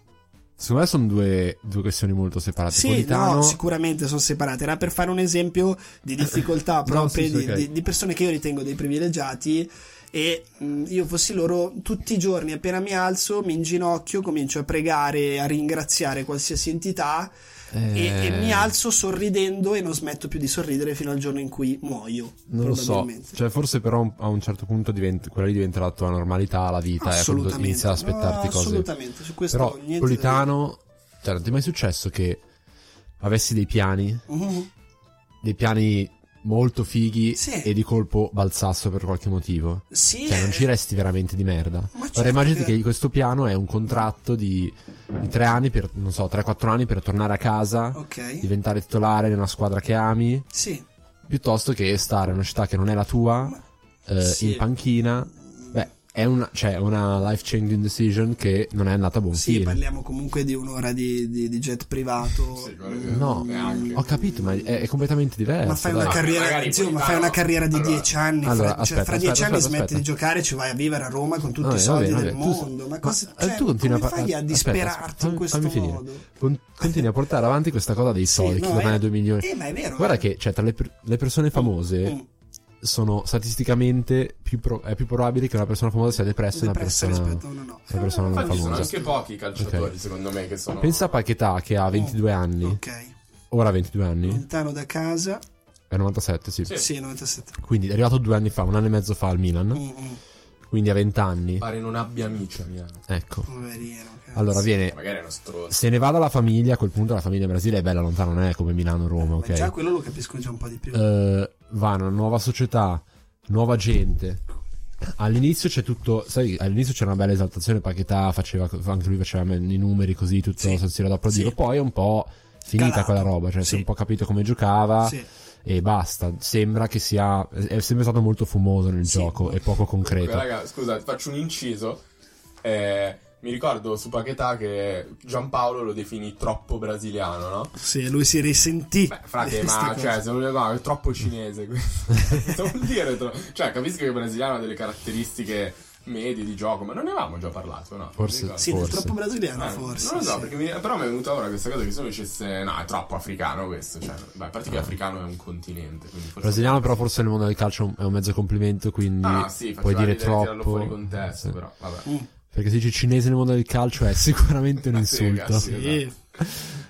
secondo me sono due, due questioni molto separate. Sì, Politano, no, sicuramente sono separate. Era per fare un esempio [LAUGHS] di difficoltà sì, proprie sì, di, ok. di- di persone che io ritengo dei privilegiati. E mh, io fossi loro tutti i giorni, appena mi alzo, mi inginocchio, comincio a pregare, a ringraziare qualsiasi entità e- e, eh, mi alzo sorridendo e non smetto più di sorridere fino al giorno in cui muoio. Non lo so, probabilmente. cioè forse però un- a un certo punto diventa, quella lì diventa la tua normalità, la vita, è eh, quando assolutamente. inizi ad aspettarti no, cose Assolutamente, su questo Però niente. da dire. Politano, cioè, non ti è mai successo che avessi dei piani, Mhm. dei piani molto fighi Sì. e di colpo balzasso per qualche motivo? Sì, Cioè, non ci eh, resti veramente di merda. Ma certo Ora immaginati che- che questo piano è un contratto di, di tre anni per, non so, 3-4 anni per tornare a casa, Ok, diventare titolare di una squadra che ami, sì. piuttosto che stare in una città che non è la tua, Ma- eh, sì. in panchina. Beh, è una, cioè, una life changing decision che non è andata a buon Sì, fine. parliamo comunque di un'ora di, di- di jet privato. Sì, quello che- Mm, No, Neanche. ho capito, ma è, è completamente diverso. Ma fai, una dai. ca- carriera, magari zio, ma Politano- fai una carriera di Allora- 10 anni. Allora, fra, cioè, aspetta, fra 10 aspetta, anni aspetta, smetti di giocare, ci vai a vivere a Roma con tutti Vabbè, i soldi vabbè, del vabbè, tu- mondo. Ma ma- cosa eh, cioè, tu continui a come par- fai a aspetta, disperarti in fammi- questo fammi finire. modo? Con- continui a portare avanti questa cosa dei soldi, no, che ormai eh, è 2 milioni. Eh, ma è vero. Guarda eh. che cioè, tra le, per- le persone famose Mm, sono statisticamente più pro- è più probabile che una persona famosa sia depressa di una depressa persona, rispetto a uno no. una persona non Infatti sono famosa. anche pochi i calciatori, Ok. secondo me, che sono... Pensa a Paquetà che Mm. ha 22 anni, Ok, ora ha 22 anni, lontano da casa. è 97 sì. Sì. Sì, 97. Quindi è arrivato due anni fa, un anno e mezzo fa al Milan, Mm, mm, quindi ha 20 anni. Pare non abbia amici a Milano. Ecco. Poverino. cazzo. Allora viene Eh, Magari è uno stronzo. se ne va dalla famiglia, a quel punto la famiglia in Brasile è bella lontana, non è come Milano o Roma, Ma ok? Eh, Già quello lo capisco già un po' di più. Eh, va in una nuova società, nuova gente. All'inizio c'è tutto, sai, all'inizio c'era una bella esaltazione, Paquetà faceva, anche lui faceva i numeri così, tutto Sì. sì. senso da applaudire, Sì. poi è un po' finita Calato. quella roba, cioè si Sì. è un po' capito come giocava Sì. e basta, sembra che sia, è sempre stato molto fumoso nel Sì. gioco e poco Comunque, concreto. raga, scusa, faccio un inciso. Eh, mi ricordo su Paquetà che Giampaolo lo definì troppo brasiliano, no? Sì, lui si risentì. [LAUGHS] Beh, di frate, queste ma cose. cioè, se non le no, è troppo cinese. [LAUGHS] [LAUGHS] Cosa vuol dire? tro- Cioè, capisco che il brasiliano ha delle caratteristiche medie di gioco, ma non ne avevamo già parlato, no? Forse Mi ricordo. Sì, Forse. è troppo brasiliano, Eh, forse. non lo so, sì. perché mi- però mi è venuta ora questa cosa che se uno dicesse no, è troppo africano questo. Cioè, beh, a parte Ah. che africano è un continente, quindi forse. Brasiliano però forse nel mondo del calcio è un mezzo complimento, quindi Ah, sì, puoi faceva dire ridere, tirarlo troppo. fuori contesto, Sì. però. Vabbè. Mm. Perché se dici cinese nel mondo del calcio è sicuramente un Ah, [LAUGHS] sì, insulto. ragazzi. Sì.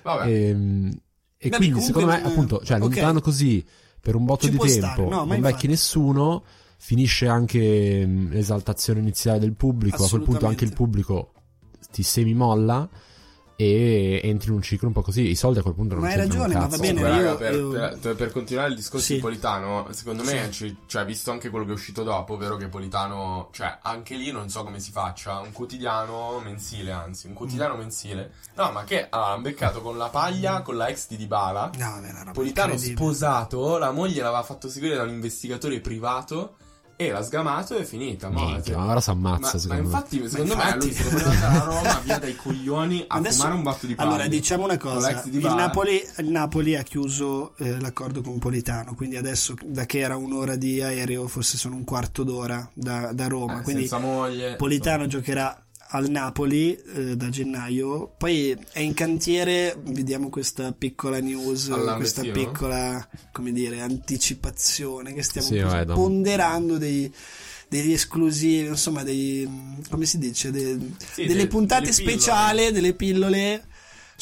Vabbè. Ehm, E, Vabbè, quindi comunque, secondo me, eh, appunto, cioè ok. lontano così per un botto Ci di può tempo, stare, no, ma non infatti. vecchi nessuno, finisce anche mm, l'esaltazione iniziale del pubblico, a quel punto anche il Assolutamente. pubblico ti semimolla e entri in un ciclo un po' così, i soldi a quel punto non Ma hai c'entrano un ragione, ma va cazzo. bene, Comunque, io- raga, per, io- per- per- per continuare il discorso Sì. di Politano, secondo me, Sì. ci- cioè, visto anche quello che è uscito dopo, ovvero che Politano, cioè, anche lì non so come si faccia, un quotidiano mensile, anzi, un Mm. quotidiano mensile, no, ma che ha beccato con la paglia, con la ex di Dybala, No, vabbè, una roba Politano Mm. incredibile. sposato, la moglie l'aveva fatto seguire da un investigatore privato e l'ha sgamato e è finita. cioè, Minchia, morte. ma ora si ammazza, Ma, ma secondo me. infatti, secondo Ma me, lui infatti- se poteva andare a Roma via dai coglioni a Adesso- fumare un batto di palle. Allora, diciamo una Con cosa: l'ex il Dybala. Napoli, il Napoli ha chiuso eh, l'accordo con Politano, quindi adesso da che era un'ora di aereo, forse sono un quarto d'ora da, da Roma. Eh, oh, quindi senza moglie. Politano giocherà al Napoli eh, da gennaio, poi è in cantiere, vediamo questa piccola news, All'Ambestino? questa piccola, come dire, anticipazione che stiamo Sì, vai, Dom. ponderando dei- degli esclusivi, insomma, dei, come si dice, dei- Sì, delle de- puntate delle pillole. speciali, delle pillole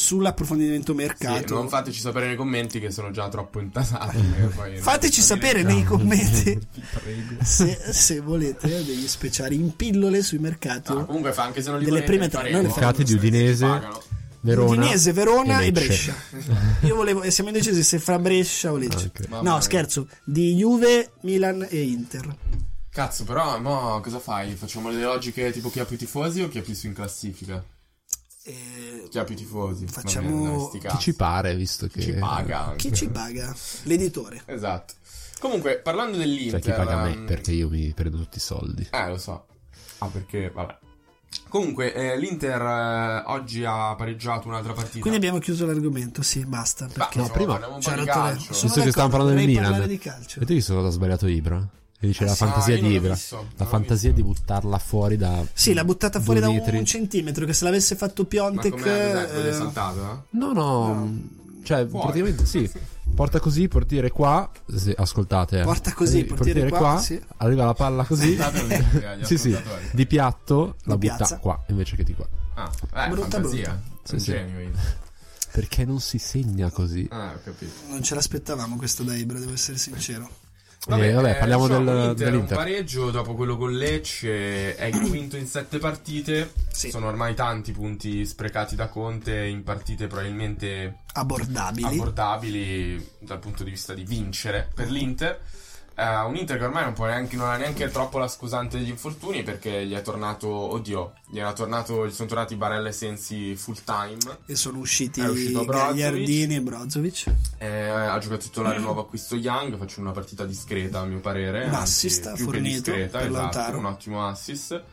sull'approfondimento Sì, mercato. non fateci sapere nei commenti che sono già troppo intasati. perché [LAUGHS] poi- Fateci non sapere direi- nei commenti Vi prego. se, se volete degli speciali in pillole sui mercati. Ah, comunque, fa anche se non li Delle volete, prime li tre, faremo, noi le faremo. Mercati di se ci Udinese. pagano. Verona. Udinese, Verona e, Brescia. Lecce. [LAUGHS] Io volevo, e siamo indecisi se fra Brescia o Lecce. Anche. Mamma No, mia. scherzo, di Juve, Milan e Inter. Cazzo, però, mo cosa fai? Facciamo le logiche tipo chi ha più tifosi o chi ha più su in classifica? E Chi ha più tifosi? Facciamo- Vabbè, dai, sti Chi cazzi. ci pare, visto che... Ci paga. anche. chi ci paga? L'editore. Esatto. Comunque, parlando dell'Inter... Cioè, chi paga me, ehm, perché io mi perdo tutti i soldi. Eh, lo so. Ah, perché... Vabbè. Comunque, eh, l'Inter eh, oggi ha pareggiato un'altra partita. Quindi abbiamo chiuso l'argomento, sì, basta. Bah, Perché no, insomma, prima parliamo un po' c'ha di rotto le- calcio. Sono Visto Cioè, che stavamo parlando d'accordo, del vorrei Milan. parlare di calcio. Eh, Vedete che sono stato sbagliato Ibra? E dice la sì, fantasia io non di l'ho Ibra. visto, non la l'ho fantasia visto. di buttarla fuori da. Sì, l'ha buttata fuori due da metri. un cioè centimetro, che se l'avesse fatto Ma Piontek... come è eh, saltato, No, no. mh, Cioè, Fuori. praticamente [LAUGHS] sì. Porta così, portiere qua. se- ascoltate. eh. Porta così, portiere qua, sì. Arriva la palla così. [LAUGHS] eh? sì, sì. ascoltatori. Di piatto la Di butta piazza. qua invece che di qua. Ah, eh, Brutta, brutta. fantasia. Sì, Sì, sì. genio. io. Perché non si segna così. Ah, ho capito. Non ce l'aspettavamo questo da Ibra, devo essere sincero. Eh, vabbè, parliamo diciamo, del- l'Inter è dell'Inter. Un pareggio dopo quello con Lecce è il quinto in sette partite. Sì. Sono ormai tanti punti sprecati da Conte in partite probabilmente Abbordabili. abbordabili dal punto di vista di vincere per l'Inter. Eh, un Inter che ormai non, può neanche, non ha neanche troppo la scusante degli infortuni perché gli è tornato, oddio, gli, era tornato, gli sono tornati Barella e Sensi full time. e sono usciti È uscito Brozovic. Gagliardini e Brozovic. Eh, ha giocato titolare il nuovo acquisto Young, facendo una partita discreta a mio parere. Un anzi, assist ha più che fornito discreta, per esatto, Lautaro. un ottimo assist.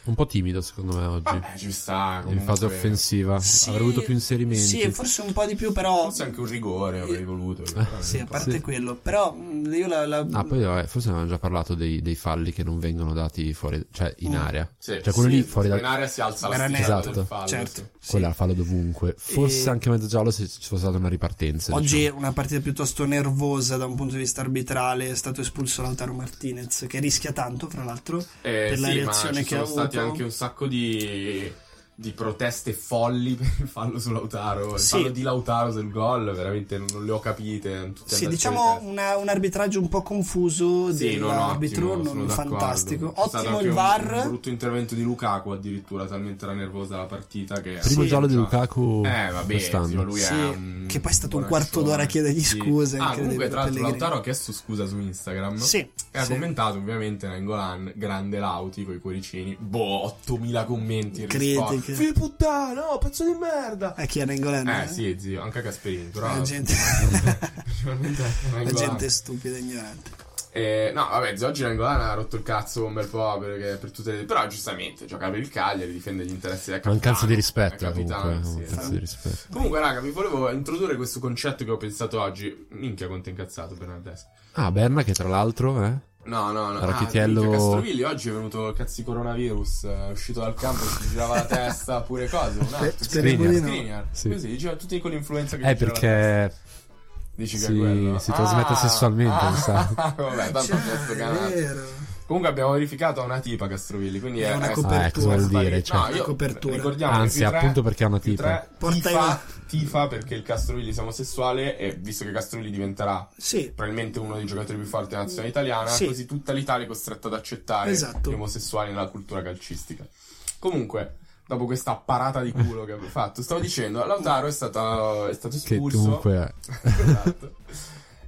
Un po' timido, secondo me, oggi. Vabbè, ci Eh, sta. In comunque. fase offensiva. Sì, Avrei avuto più inserimenti. Sì, forse un po' di più, però. Forse anche un rigore avrei voluto. Eh, Sì, a parte Sì. quello. Però mh, io la. la- Ah, poi vabbè, forse avevamo già parlato dei, dei falli che non vengono dati fuori, cioè in Mm. area. Sì, Cioè, quello sì, lì fuori In da. area si alza la Granelli. sticella del Esatto. fallo, certo. sì. sì. Quella la fallo dovunque. Forse E- anche mezzo giallo se ci fosse stata una ripartenza. Oggi diciamo. è una partita piuttosto nervosa da un punto di vista arbitrale. È stato espulso Lautaro Martinez, che rischia tanto, fra l'altro. Eh, per la sì, reazione ma ci che sono ha stati avuto. anche un sacco di, di proteste folli [LAUGHS] per il fallo su Lautaro. Il Sì. fallo di Lautaro sul gol, veramente non, non le ho capite. tutte Sì, andate diciamo fuori di una- un arbitraggio un po' confuso testa. Sì, non dell'arbitro, ottimo, sono non d'accordo. fantastico. C'è stato Ottimo anche il un- Un, VAR. brutto intervento di Lukaku addirittura, talmente era nervosa la partita che... Primo sì, giallo di già. Lukaku. Eh, vabbè, quest'anno. sì, ma lui Sì, è um, un che poi è stato un buonaccione. quarto d'ora a chiedergli scuse, Ah, incredibile, comunque, tra l'altro, Pellegrini. Lautaro ha chiesto scusa su Instagram. Sì, E ha sì. commentato ovviamente Nangolan, grande Lauti con i cuoricini. Boh, 8000 commenti. in Critiche. risposta. Figlio di puttana, no, pezzo di merda. A chi era in Golanda? Eh, sì, zio, anche a Gasperini, però. La [LAUGHS] gente, Principalmente a la Nangolan. gente è stupida e ignorante. Eh, no, vabbè, zio, oggi Nangolan ha rotto il cazzo un bel po'. Perché per tutte le... Però, giustamente, gioca per il Cagliari, difende gli interessi del capitano. Mancanza di È rispetto. capitano, Comunque. sì, Mancanza esatto. di rispetto. Comunque, raga, vi volevo introdurre questo concetto che ho pensato oggi. Minchia, quanto è incazzato Bernardeschi. Ah, Berna, che tra l'altro, eh. No, no, no. Rachitiello- Ah, minchia, Castrovilli oggi è venuto cazzi coronavirus. È uscito dal campo, si girava la testa, pure cose. Un altro. speriamo di no. Skriniar. Sì. Così, diceva tutti con l'influenza che Eh, gli girava la perché. testa. Dici che si- è quello. Ah. si trasmette sessualmente, mi sa. [LAUGHS] Vabbè, tanto Cioè, è questo è canale. vero. Comunque abbiamo verificato a una tipa Castrovilli, quindi È è una è- copertura. Ah, eh, cosa vuol dire? Cioè, No, io- Una copertura. Ricordiamo che Anzi, più tre- appunto perché è una più tipa. tre Porta tifa, tifa perché il Castrovilli siamo sessuale e visto che Castrovilli diventerà Sì, probabilmente uno dei giocatori più forti della nazionale italiana, Mm. Sì. così tutta l'Italia è costretta ad accettare Esatto. gli omosessuali nella cultura calcistica. Comunque, dopo questa parata di culo che avevo fatto, stavo dicendo, Lautaro è, stato- è stato Che espulso. comunque. [LAUGHS] Esatto. Mm.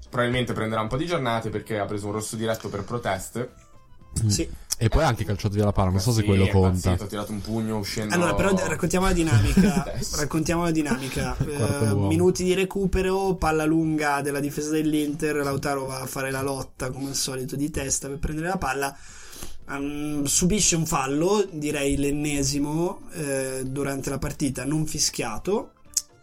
Probabilmente prenderà un po' di giornate perché ha preso un rosso diretto per proteste. sì. E poi ha anche calciato via la palla, non so se Sì, quello è conta. impazzito, ha tirato un pugno uscendo. Allora, però d- raccontiamo [LAUGHS] la dinamica. Adesso. raccontiamo la dinamica. Eh, Quarto uomo. minuti di recupero, palla lunga della difesa dell'Inter. Lautaro va a fare la lotta come al solito di testa per prendere la palla. Ehm, subisce un fallo, direi l'ennesimo, eh, durante la partita, non fischiato.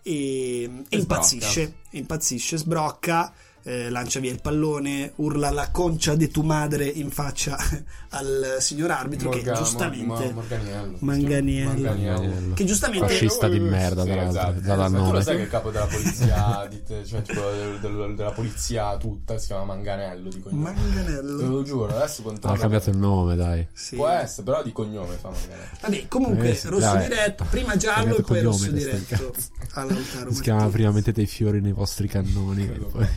E, e E impazzisce, impazzisce, sbrocca. eh, lancia via il pallone, urla la concia de tu madre in faccia [LAUGHS] al signor arbitro Morga- che Mor- giustamente Ma- Morganiello. Manganiello. Manganiello. che giustamente Fascista di merda, Sì, tra l'altro, esatto. già dal Esatto. Tu lo nome. sai che il capo della polizia, di te- cioè tipo del- del- della polizia tutta, si chiama Manganello di cognome. Te Manganello lo giuro, adesso controllo. Ha cambiato il nome, dai. sì. Eh, Può essere, però di cognome fa Manganello. vabbè comunque Eh, sì, rosso dai. diretto prima giallo Cambiato e cognome, poi rosso testa di diretto all'altaro Si chiama prima mettete i fiori nei vostri cannoni. e poi-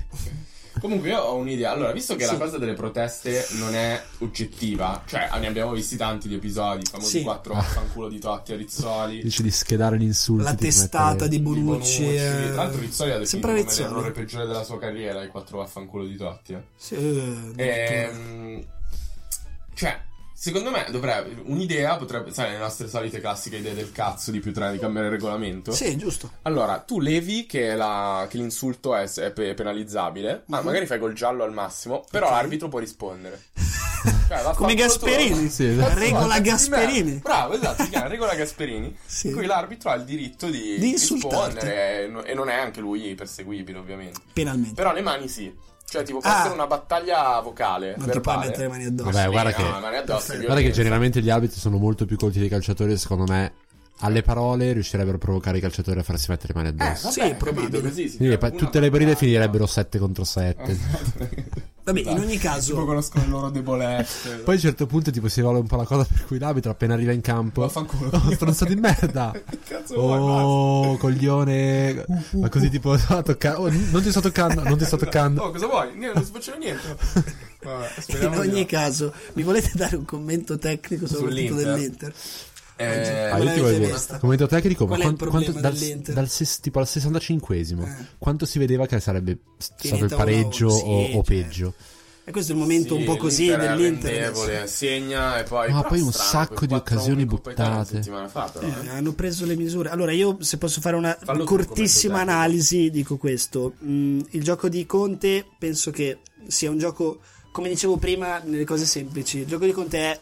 Comunque io ho un'idea. Allora, visto che Sì. la cosa delle proteste non è oggettiva, cioè ne abbiamo visti tanti di episodi, i famosi Sì. quattro Ah. fanculo di Totti e Rizzoli. Dice di schedare l'insulto. la testata di di Bonucci, eh. Tra l'altro Rizzoli ha definito sempre come Rizzoli l'errore peggiore della sua carriera, i quattro vaffanculo di Totti. eh. Sì, eh, addirittura. Ehm, cioè, secondo me dovrebbe. Un'idea potrebbe. Sai, le nostre solite classiche idee del cazzo di più tra di cambiare il regolamento. sì giusto [LAUGHS] Allora, tu levi che, la- che l'insulto è, è pe- penalizzabile. Ma Mhm. magari fai col giallo al massimo. Però Ok. l'arbitro può rispondere. Cioè, vaffanculo come Gasperini Sì, esatto. regola Cazzo di Gasperini merda. Bravo, esatto, si chiama regola Gasperini. Sì. In cui l'arbitro ha il diritto di, Di insultarti. rispondere. e no- E non è anche lui perseguibile, ovviamente. penalmente Però le mani sì. Cioè, tipo, può Ah. essere una battaglia vocale. non ti puoi verbale. eh. mettere le mani addosso Vabbè, guarda Sì, che- no, le mani addosso, Guarda Guarda che violenza. generalmente gli arbitri sono molto più colti dei calciatori, e secondo me. Alle parole riuscirebbero a provocare i calciatori a farsi mettere le mani Eh, addosso. vabbè, Sì, capito, probabile. così si Quindi, crea pa- una tutte le brigate battaglia. finirebbero 7 contro [LAUGHS] 7. vabbè in ogni Tipo caso conoscono le loro debolezze. [LAUGHS] Poi a un certo punto tipo si vale un po' la cosa per cui l'arbitro appena arriva in campo Vaffanculo. Oh, stronzato di merda. [LAUGHS] Che cazzo vuoi, Oh, coglione. Ma così tipo [LAUGHS] a toccare. Oh, non ti sto toccando, non ti sto toccando. Oh, cosa vuoi? Niente, non si [LAUGHS] faceva niente. Vabbè, [LAUGHS] in speriamo di ogni no. caso mi volete dare un commento tecnico soprattutto Sull'Inter? dell'Inter Ah, Eh, io ti Quella voglio gente dire, onesta. commento tecnico, ma Qual è il quan- quanto, problema dal, dell'Inter? dal ses- tipo al 65esimo, Eh. quanto si vedeva che sarebbe s- stato il Finita pareggio uno a uno, o, o sì, certo. peggio? e questo è il momento un po' così dell'Inter adesso. Debole, segna e poi. Ma però poi un strano, sacco quei di 4-1 occasioni Coppa Italia una buttate. settimana fa, però, eh. Eh, hanno preso le misure. Allora, io se posso fare una Fallo tu, cortissima commento tecnico. analisi, dico questo. Mm, il gioco di Conte penso che sia un gioco, come dicevo prima, nelle cose semplici. Il gioco di Conte è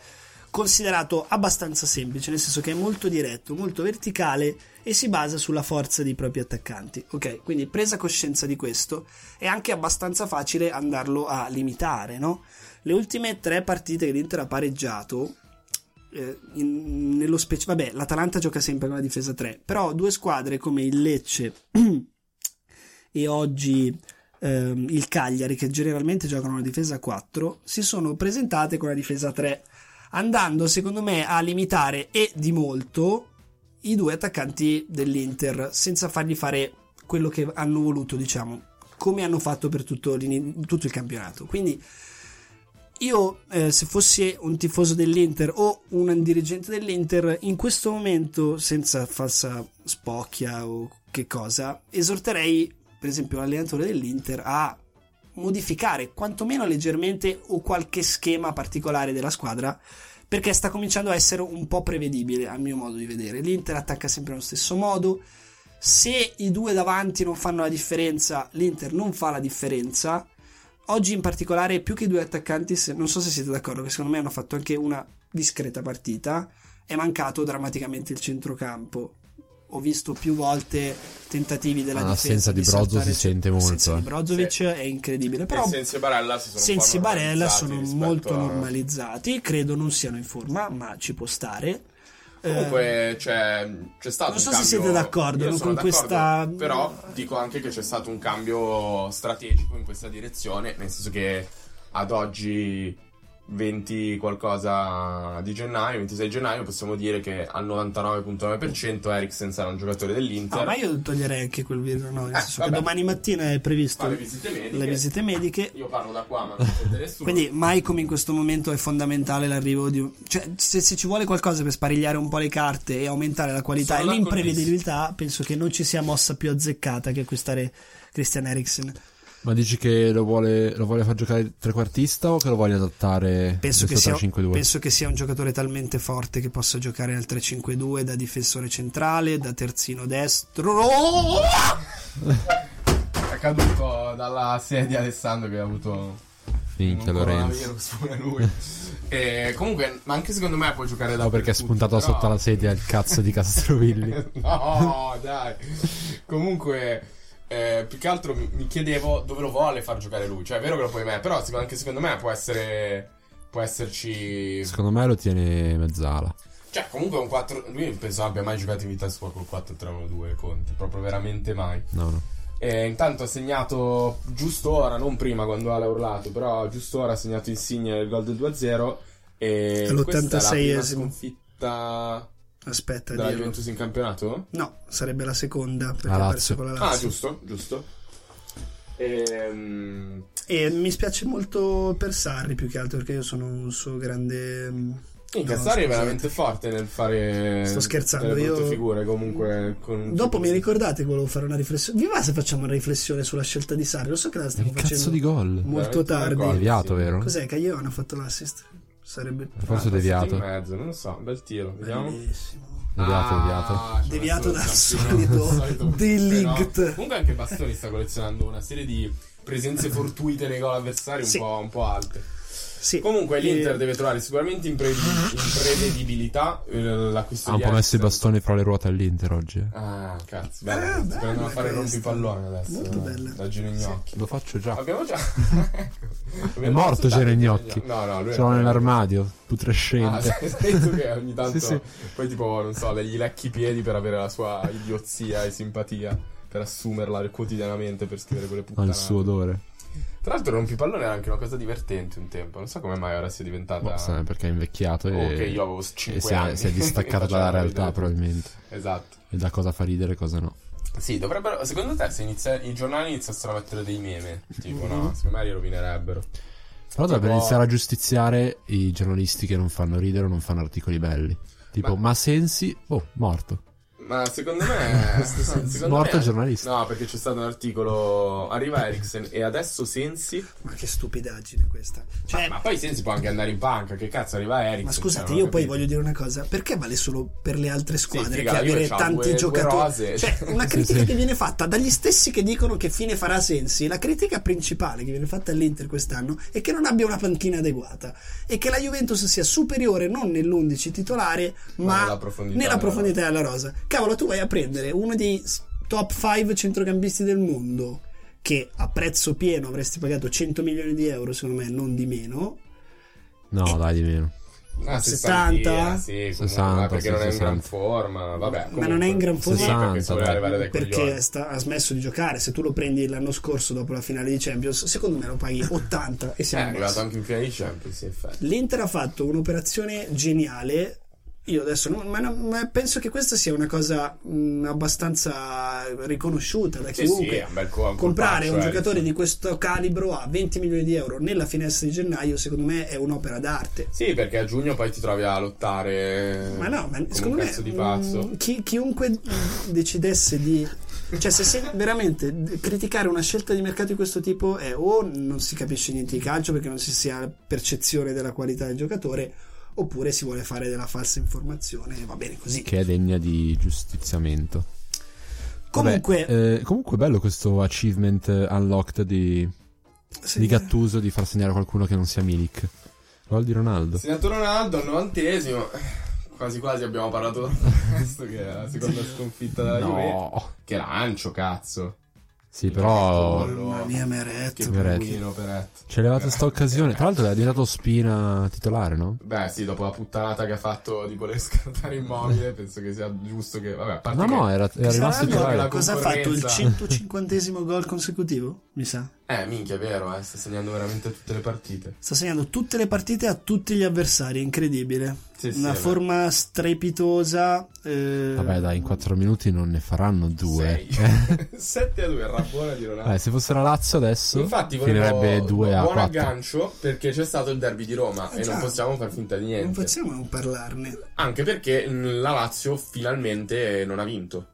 considerato abbastanza semplice, nel senso che è molto diretto, molto verticale e si basa sulla forza dei propri attaccanti. Ok, quindi presa coscienza di questo, è anche abbastanza facile andarlo a limitare, no? Le ultime tre partite che l'Inter ha pareggiato, eh, in- nello specie, vabbè, l'Atalanta gioca sempre con la difesa 3, però due squadre come il Lecce [CLEARS THROAT] e oggi ehm, il Cagliari, che generalmente giocano una difesa 4, si sono presentate con la difesa 3, andando secondo me a limitare e di molto i due attaccanti dell'Inter, senza fargli fare quello che hanno voluto, diciamo, come hanno fatto per tutto, l'ini- tutto il campionato. Quindi io, eh, se fossi un tifoso dell'Inter o un dirigente dell'Inter, in questo momento, senza falsa spocchia o che cosa, esorterei, per esempio, l'allenatore dell'Inter a modificare quantomeno leggermente o qualche schema particolare della squadra perché sta cominciando a essere un po' prevedibile a mio modo di vedere. L'Inter attacca sempre allo stesso modo. Se i due davanti non fanno la differenza, l'Inter non fa la differenza. Oggi in particolare più che i due attaccanti, se- non so se siete d'accordo, che secondo me hanno fatto anche una discreta partita, è mancato drammaticamente il centrocampo. Ho visto più volte tentativi della Ah, difesa l'assenza di saltare Brozovic il si sente centro- molto, L'assenza eh. di Brozovic è incredibile, però E Sensi e Barella si sono un po' Sensi e Barella normalizzati sono rispetto molto a- normalizzati, credo non siano in forma, ma ci può stare. Eh, Comunque c'è, c'è stato non un so se cambio- siete d'accordo, Io no, sono con questa- Però dico anche che c'è stato un cambio strategico in questa direzione, nel senso che ad oggi 20 qualcosa di gennaio, 26 gennaio, possiamo dire che al 99.9% Eriksen sarà un giocatore dell'Inter. ah, ma io toglierei anche quel virgola 9, Eh, nel senso che vabbè. domani mattina è previsto Fa le visite mediche. le visite mediche. Io parlo da qua, ma non [LAUGHS] sente nessuno. Quindi mai come in questo momento è fondamentale l'arrivo di un... Cioè se, se ci vuole qualcosa per sparigliare un po' le carte e aumentare la qualità Sono e l'imprevedibilità, penso che non ci sia mossa più azzeccata che acquistare Christian Eriksen. Ma dici che lo vuole, lo vuole far giocare trequartista o che lo vuole adattare Penso che, questo sia, 3-5-2? penso che sia un giocatore talmente forte che possa giocare al 3-5-2 da difensore centrale, da terzino destro. Oh! È caduto dalla sedia Alessandro che ha avuto Minchia, un Lorenzo. coronavirus, pure [LAUGHS] lui. e comunque, ma anche secondo me può giocare da No, perché è spuntato sotto la sedia il cazzo di [LAUGHS] Castrovilli. [LAUGHS] No, dai. Comunque, eh, più che altro mi mi chiedevo dove lo vuole far giocare lui. Cioè, è vero che lo puoi me, però secondo- anche secondo me può essere. Può esserci. Secondo me lo tiene mezzala. Cioè, comunque è un 4. Lui penso abbia mai giocato in vita sua col 4-3-1-2 Conte. Proprio veramente mai. No, no. E intanto ha segnato giusto ora, non prima quando Ale ha urlato, però giusto ora ha segnato Insigne il gol del 2-0. E All'86esimo. questa è la prima sconfitta Aspetta, della dirlo. Juventus in campionato? No, sarebbe la seconda perché La ha Lazio. perso con la Ah, Lazio. giusto, giusto. Ehm, e mi spiace molto per Sarri più che altro perché io sono un suo grande. mm, sì, no, Cassari scusate. è veramente forte nel fare Sto scherzando, delle brutte io- figure comunque. Con... Dopo mi ricordate che volevo fare una riflessione. Vi va se facciamo una riflessione sulla scelta di Sarri? Lo so che la stiamo Che facendo. cazzo di gol? molto Veramente tardi. d'accordo, Deviato, sì. vero? Cos'è? Caglione ha fatto l'assist. Sarebbe Ah, Forse passato In deviato. mezzo, non lo so, bel tiro, vediamo. bellissimo. Deviato, deviato. Ah, c'è Deviato dal Bastoni, solito dal solito [LAUGHS] Delict. però- Comunque anche Bastoni sta collezionando una serie di presenze fortuite nei gol avversari un, Sì. Eh. po', un po' alte. Sì. Comunque l'Inter E- deve trovare sicuramente impredi- Ah. imprevedibilità eh, la Ha questione Ah, un di po' messo i Eriksen. bastoni fra le ruote all'Inter oggi. eh. Ah, cazzo, bello. Eh, Sto andando bella a fare il questa. rompipallone adesso. Molto eh, bella. [LAUGHS] Da Girignocchi. Lo faccio già. Abbiamo già. È morto Geregnocchi. No, no, lui Ce l'ho è- nell'armadio, Eh, [LAUGHS] Ah, putrescente. [LAUGHS] sei sei tu che ogni tanto Sì, sì. poi tipo, non so, gli lecchi i piedi per avere la sua idiozia e simpatia per assumerla quotidianamente per scrivere quelle Ha puttanate. il suo odore. Tra l'altro il rompipallone era anche una cosa divertente un tempo, non so come mai ora sia diventata Boh, sai, perché è invecchiato Oh, e, che io avevo e 5 si, è, anni. Cioè, eh. si [LAUGHS] è distaccato dalla Faceva realtà, ridere. probabilmente. Esatto. E da cosa fa ridere e cosa no. Sì, dovrebbero. Secondo te, se inizia- i giornali iniziassero a mettere dei meme, tipo, Mm-hmm. no? Secondo me li rovinerebbero. Però dovrebbero Tipo- iniziare a giustiziare i giornalisti che non fanno ridere o non fanno articoli belli. Tipo, ma, Sensi, boh, morto. Ma secondo [LAUGHS] me. secondo Morto me- il giornalista. No, perché c'è stato un articolo. Arriva Eriksen e adesso Sensi. Ma che stupidaggine questa. Cioè, Ma poi Sensi può anche andare in panca. Che cazzo, arriva Eriksen. Ma cioè, scusate, non io ho poi capito. voglio dire una cosa: perché vale solo per le altre squadre figa, che la Juve avere c'ha tanti due- due giocatori? rose. Cioè, [LAUGHS] una Sì, critica sì. che viene fatta dagli stessi che dicono che fine farà Sensi, la critica principale che viene fatta all'Inter quest'anno è che non abbia una panchina adeguata e che la Juventus sia superiore non nell'11 titolare, Ma ma nella profondità nella della profondità della rosa. Cavolo, tu vai a prendere uno dei s- top 5 centrocampisti del mondo che a prezzo pieno avresti pagato 100 milioni di euro, secondo me, non di meno, Eh. No, dai, di meno. Ah, 70? 60? Sì, comunque, 60, ma perché sì, non è in 60. gran forma. Vabbè, comunque, non è in gran forma? Sì, perché 60, se voleva arrivare dai perché coglioni. sta- ha smesso di giocare. Se tu lo prendi l'anno scorso dopo la finale di Champions, secondo me lo [LAUGHS] paghi 80 e Eh, è siamo arrivato messi. anche in finale di Champions, sì, in effetti. L'Inter ha fatto un'operazione geniale. Io adesso non, ma, non- ma penso che questa sia una cosa mh, abbastanza riconosciuta da Sì, chiunque. sì, è un bel co- un Comprare colpaccio, un eh, giocatore insomma. di questo calibro a 20 milioni di euro nella finestra di gennaio, secondo me, è un'opera d'arte. Sì, perché a giugno poi ti trovi a lottare. Ma no, ma come secondo un me mm. cazzo di pazzo. mh, chi- chiunque mh, decidesse di cioè se, se veramente d- criticare una scelta di mercato di questo tipo è o non si capisce niente di calcio perché non si si ha percezione della qualità del giocatore oppure si vuole fare della falsa informazione e va bene così. Che è degna di giustiziamento. Vabbè, Comunque eh, comunque bello questo achievement eh, unlocked di, sì, eh. di Gattuso di far segnare qualcuno che non sia Milik. Gol di Ronaldo. Segnato Ronaldo al novantesimo. Quasi quasi abbiamo parlato [LAUGHS] di questo che è la seconda sconfitta della Juve. No. Che lancio, cazzo. Sì, però Mamma mia, Meret. Che Meret. pinguino, Peret. ci ha levato sta occasione. Tra l'altro è diventato Spina titolare, no? Beh, sì, dopo la puttanata che ha fatto di voler [LAUGHS] scartare immobile, penso che sia giusto che. Vabbè, a parte No, no, che- era, era rimasto Sarà anche titolare. la- cosa ha fatto? Il concorrenza. 150 gol consecutivo? Mi sa. Eh, minchia, è vero, eh. Sta segnando veramente tutte le partite. Sta segnando tutte le partite a tutti gli avversari, incredibile. Sì, sì, Una è vero. forma strepitosa. eh, Vabbè, dai, in 4 minuti non ne faranno due. [LAUGHS] 7 a 2, rabbona di Ronaldo. Eh, se fosse la Lazio adesso Infatti finirebbe volevo 2 a buon 4. aggancio perché c'è stato il derby di Roma e Ah, già. non possiamo far finta di Non niente. possiamo non parlarne. Anche perché mm, la Lazio finalmente non ha vinto.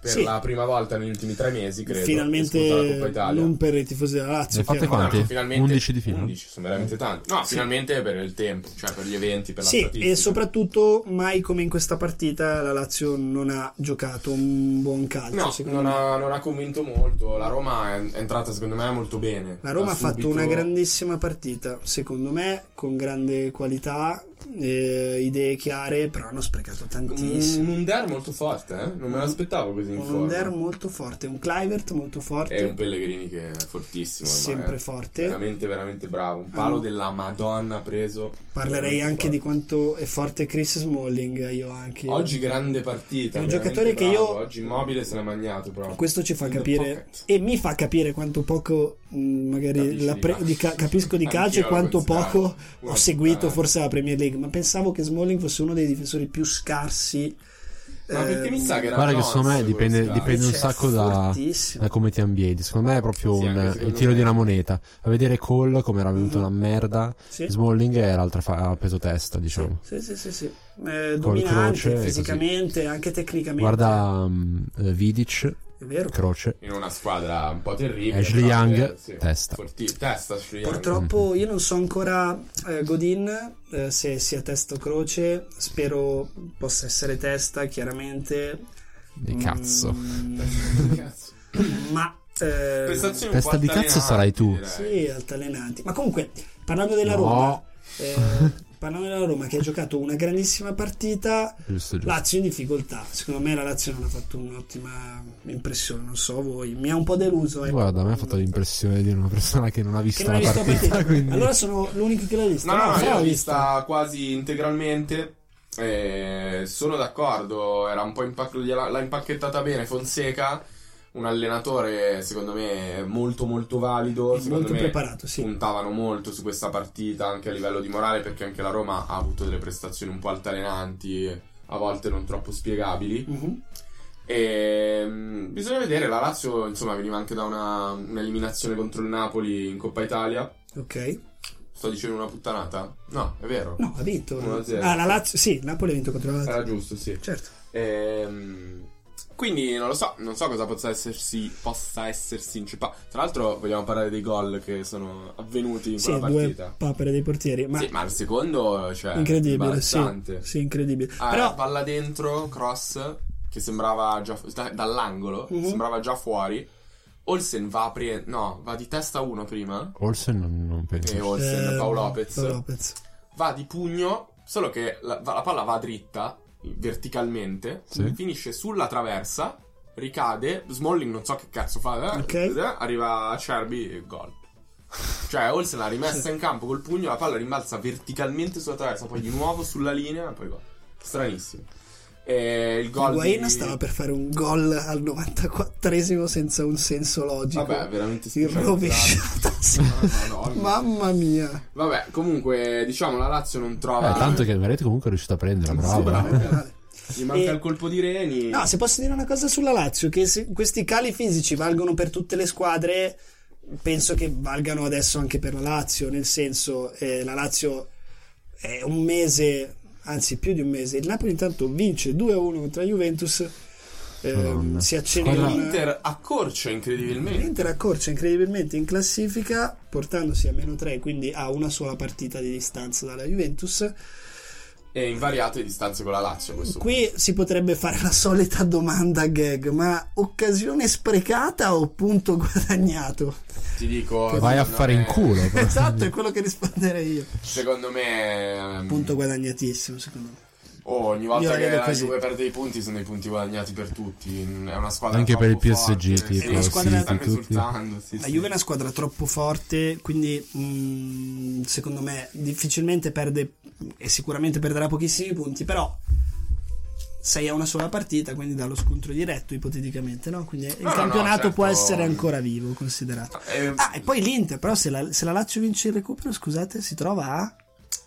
per Sì. la prima volta negli ultimi tre mesi, credo. esclusa la Coppa Finalmente Italia. non per i tifosi della Lazio. Ne fate chiaro. quanti? No, no, finalmente- 11 di fila. 11, sono veramente tanti. No, Mm. Sì. finalmente per il tempo, cioè per gli eventi, per la Sì, statistica. e soprattutto mai come in questa partita la Lazio non ha giocato un buon calcio. No, secondo non me. ha, non ha convinto molto. La Roma è è entrata, secondo me, molto bene. La Roma Da ha fatto subito- una grandissima partita, secondo me, con grande qualità, eh, idee chiare, però hanno sprecato Un, tantissimo. un Under molto forte, eh? Non me l'aspettavo così Mm, in Un forma. Under molto forte, un Clivert molto forte, E un Pellegrini che è fortissimo. ormai, sempre eh. forte. Veramente, veramente bravo. Un palo Ah. della Madonna preso. Parlerei Veramente anche forte. di quanto è forte Chris Smalling, eh, io anche. Oggi grande partita. È un veramente giocatore che bravo. io- Oggi immobile se l'ha magnato proprio. Questo ci fa In the capire pocket. e mi fa capire quanto poco mh, magari Capisci la di pre- calcio. di ca- capisco [LAUGHS] di Anch'io calcio e lo quanto pensavo. poco ho Guarda, seguito eh. forse la Premier League, ma pensavo che Smalling fosse uno dei difensori più scarsi. eh, Ma perché mi sa che era Guarda che Nonz secondo me dipende- questa. dipende un Cioè, sacco da, fortissimo. da Eh, come ti ambienti. Secondo me è proprio Sì, anche un, secondo il tiro me. di una moneta. A vedere Cole come era venuto una merda. Sì. Smalling è l'altra fa- ha peso testa, diciamo. Sì, sì, sì, sì. Eh, Col dominante croce e così. fisicamente, anche tecnicamente. Guarda mm, eh, Vidic, è vero. croce. In una squadra un po' terribile. Ashley però, Young, eh, sì. testa. Forti- testa, Ashley Young. Purtroppo Mm-hmm. io non so ancora eh, Godin eh, se sia testa o croce, spero possa essere testa chiaramente. Di cazzo. Mm, [LAUGHS] Cazzo. ma eh, Prestazioni Testa un po' di cazzo altalenanti, sarai tu. direi. sì, altalenanti. Ma comunque, parlando della No. Roma, [LAUGHS] eh, parlando della Roma che ha giocato una grandissima partita, Giusto, giusto. Lazio in difficoltà. Secondo me la Lazio non ha fatto un'ottima impressione, non so voi, mi ha un po' deluso. ecco. Guarda, a me ha fatto l'impressione di una persona che non ha visto che non la hai visto partita. la [LAUGHS] partita. Quindi... Allora sono l'unico che l'ha vista. No, no, Fra io l'ha l'ho vista quasi integralmente. eh, sono d'accordo, era un po' impac- gliela- l'ha impacchettata bene Fonseca, un allenatore secondo me molto molto valido, secondo molto me preparato, sì. puntavano molto su questa partita anche a livello di morale perché anche la Roma ha avuto delle prestazioni un po' altalenanti, a volte non troppo spiegabili. Mhm. E mm, bisogna vedere, la Lazio insomma veniva anche da una- un'eliminazione contro il Napoli in Coppa Italia. Ok. Sto dicendo una puttanata? No, è vero. No, ha vinto. 1-0. Ah, la Lazio, sì, il Napoli ha vinto contro la Lazio. Era giusto, sì. Certo. Ehm, quindi non lo so, non so cosa possa essersi, possa essersi inceppato. Tra l'altro vogliamo parlare dei gol che sono avvenuti in Sì, quella due partita. papere dei portieri, ma Sì, ma il secondo, cioè, incredibile, sì. imbarazzante. Sì, incredibile. Ah, Però palla dentro, cross, che sembrava già fu- da- dall'angolo, Mhm. sembrava già fuori. Olsen va a pre- no, va di testa uno prima. Olsen non, non penso. E Olsen, eh, Paolo Lopez. Paolo Lopez. va di pugno, solo che la, va- la palla va dritta, verticalmente, Sì. finisce sulla traversa, ricade, Smalling non so che cazzo fa, eh, Ok. eh, arriva Cerbi e gol. Cioè Olsen l'ha rimessa in campo col pugno, la palla rimbalza verticalmente sulla traversa, poi di nuovo sulla linea, poi gol. Stranissimo. E il gol Higuain di... stava per fare un gol al 94esimo senza un senso logico. Vabbè, veramente Il specializzato. rovesciata, sì. Madonna. [LAUGHS] Mamma mia. Vabbè, comunque, diciamo, la Lazio non trova... Eh, tanto che Verratti comunque è riuscito a prenderla, bravo. bravo. eh. Male. Gli manca E- il colpo di Reni. No, se posso dire una cosa sulla Lazio, che se questi cali fisici valgono per tutte le squadre, penso che valgano adesso anche per la Lazio, nel senso eh, la Lazio è un mese, anzi più di un mese, il Napoli intanto vince 2-1 contro la Juventus, ehm, Madonna. si accende Squadra- un- L'Inter accorcia incredibilmente. L'Inter accorcia incredibilmente in classifica, portandosi a meno 3, quindi a una sola partita di distanza dalla Juventus. e invariate distanze con la Lazio. a Questo Qui si potrebbe fare la solita domanda a gag, ma occasione sprecata o punto guadagnato? [LAUGHS] punto. ti dico. Vai a secondo fare me- in culo. però. Esatto, è quello che risponderei io. Secondo me, ehm, Punto guadagnatissimo, secondo me. oh, ogni Io volta la che vedo la così. Juve perde i punti, sono dei punti guadagnati per tutti. È una squadra Anche per il troppo PSG, forte, tipo, sì, una sì, squadra che stanno tutti. esultando. Sì, La sì. Juve è una squadra troppo forte, quindi mm, secondo me difficilmente perde e sicuramente perderà pochissimi punti, però sei a una sola partita, quindi dallo scontro diretto ipoteticamente, no? Quindi il no, campionato certo. può essere ancora vivo, considerato. Eh, Ah, e poi l'Inter, però se la, se la Lazio vince il recupero, scusate, si trova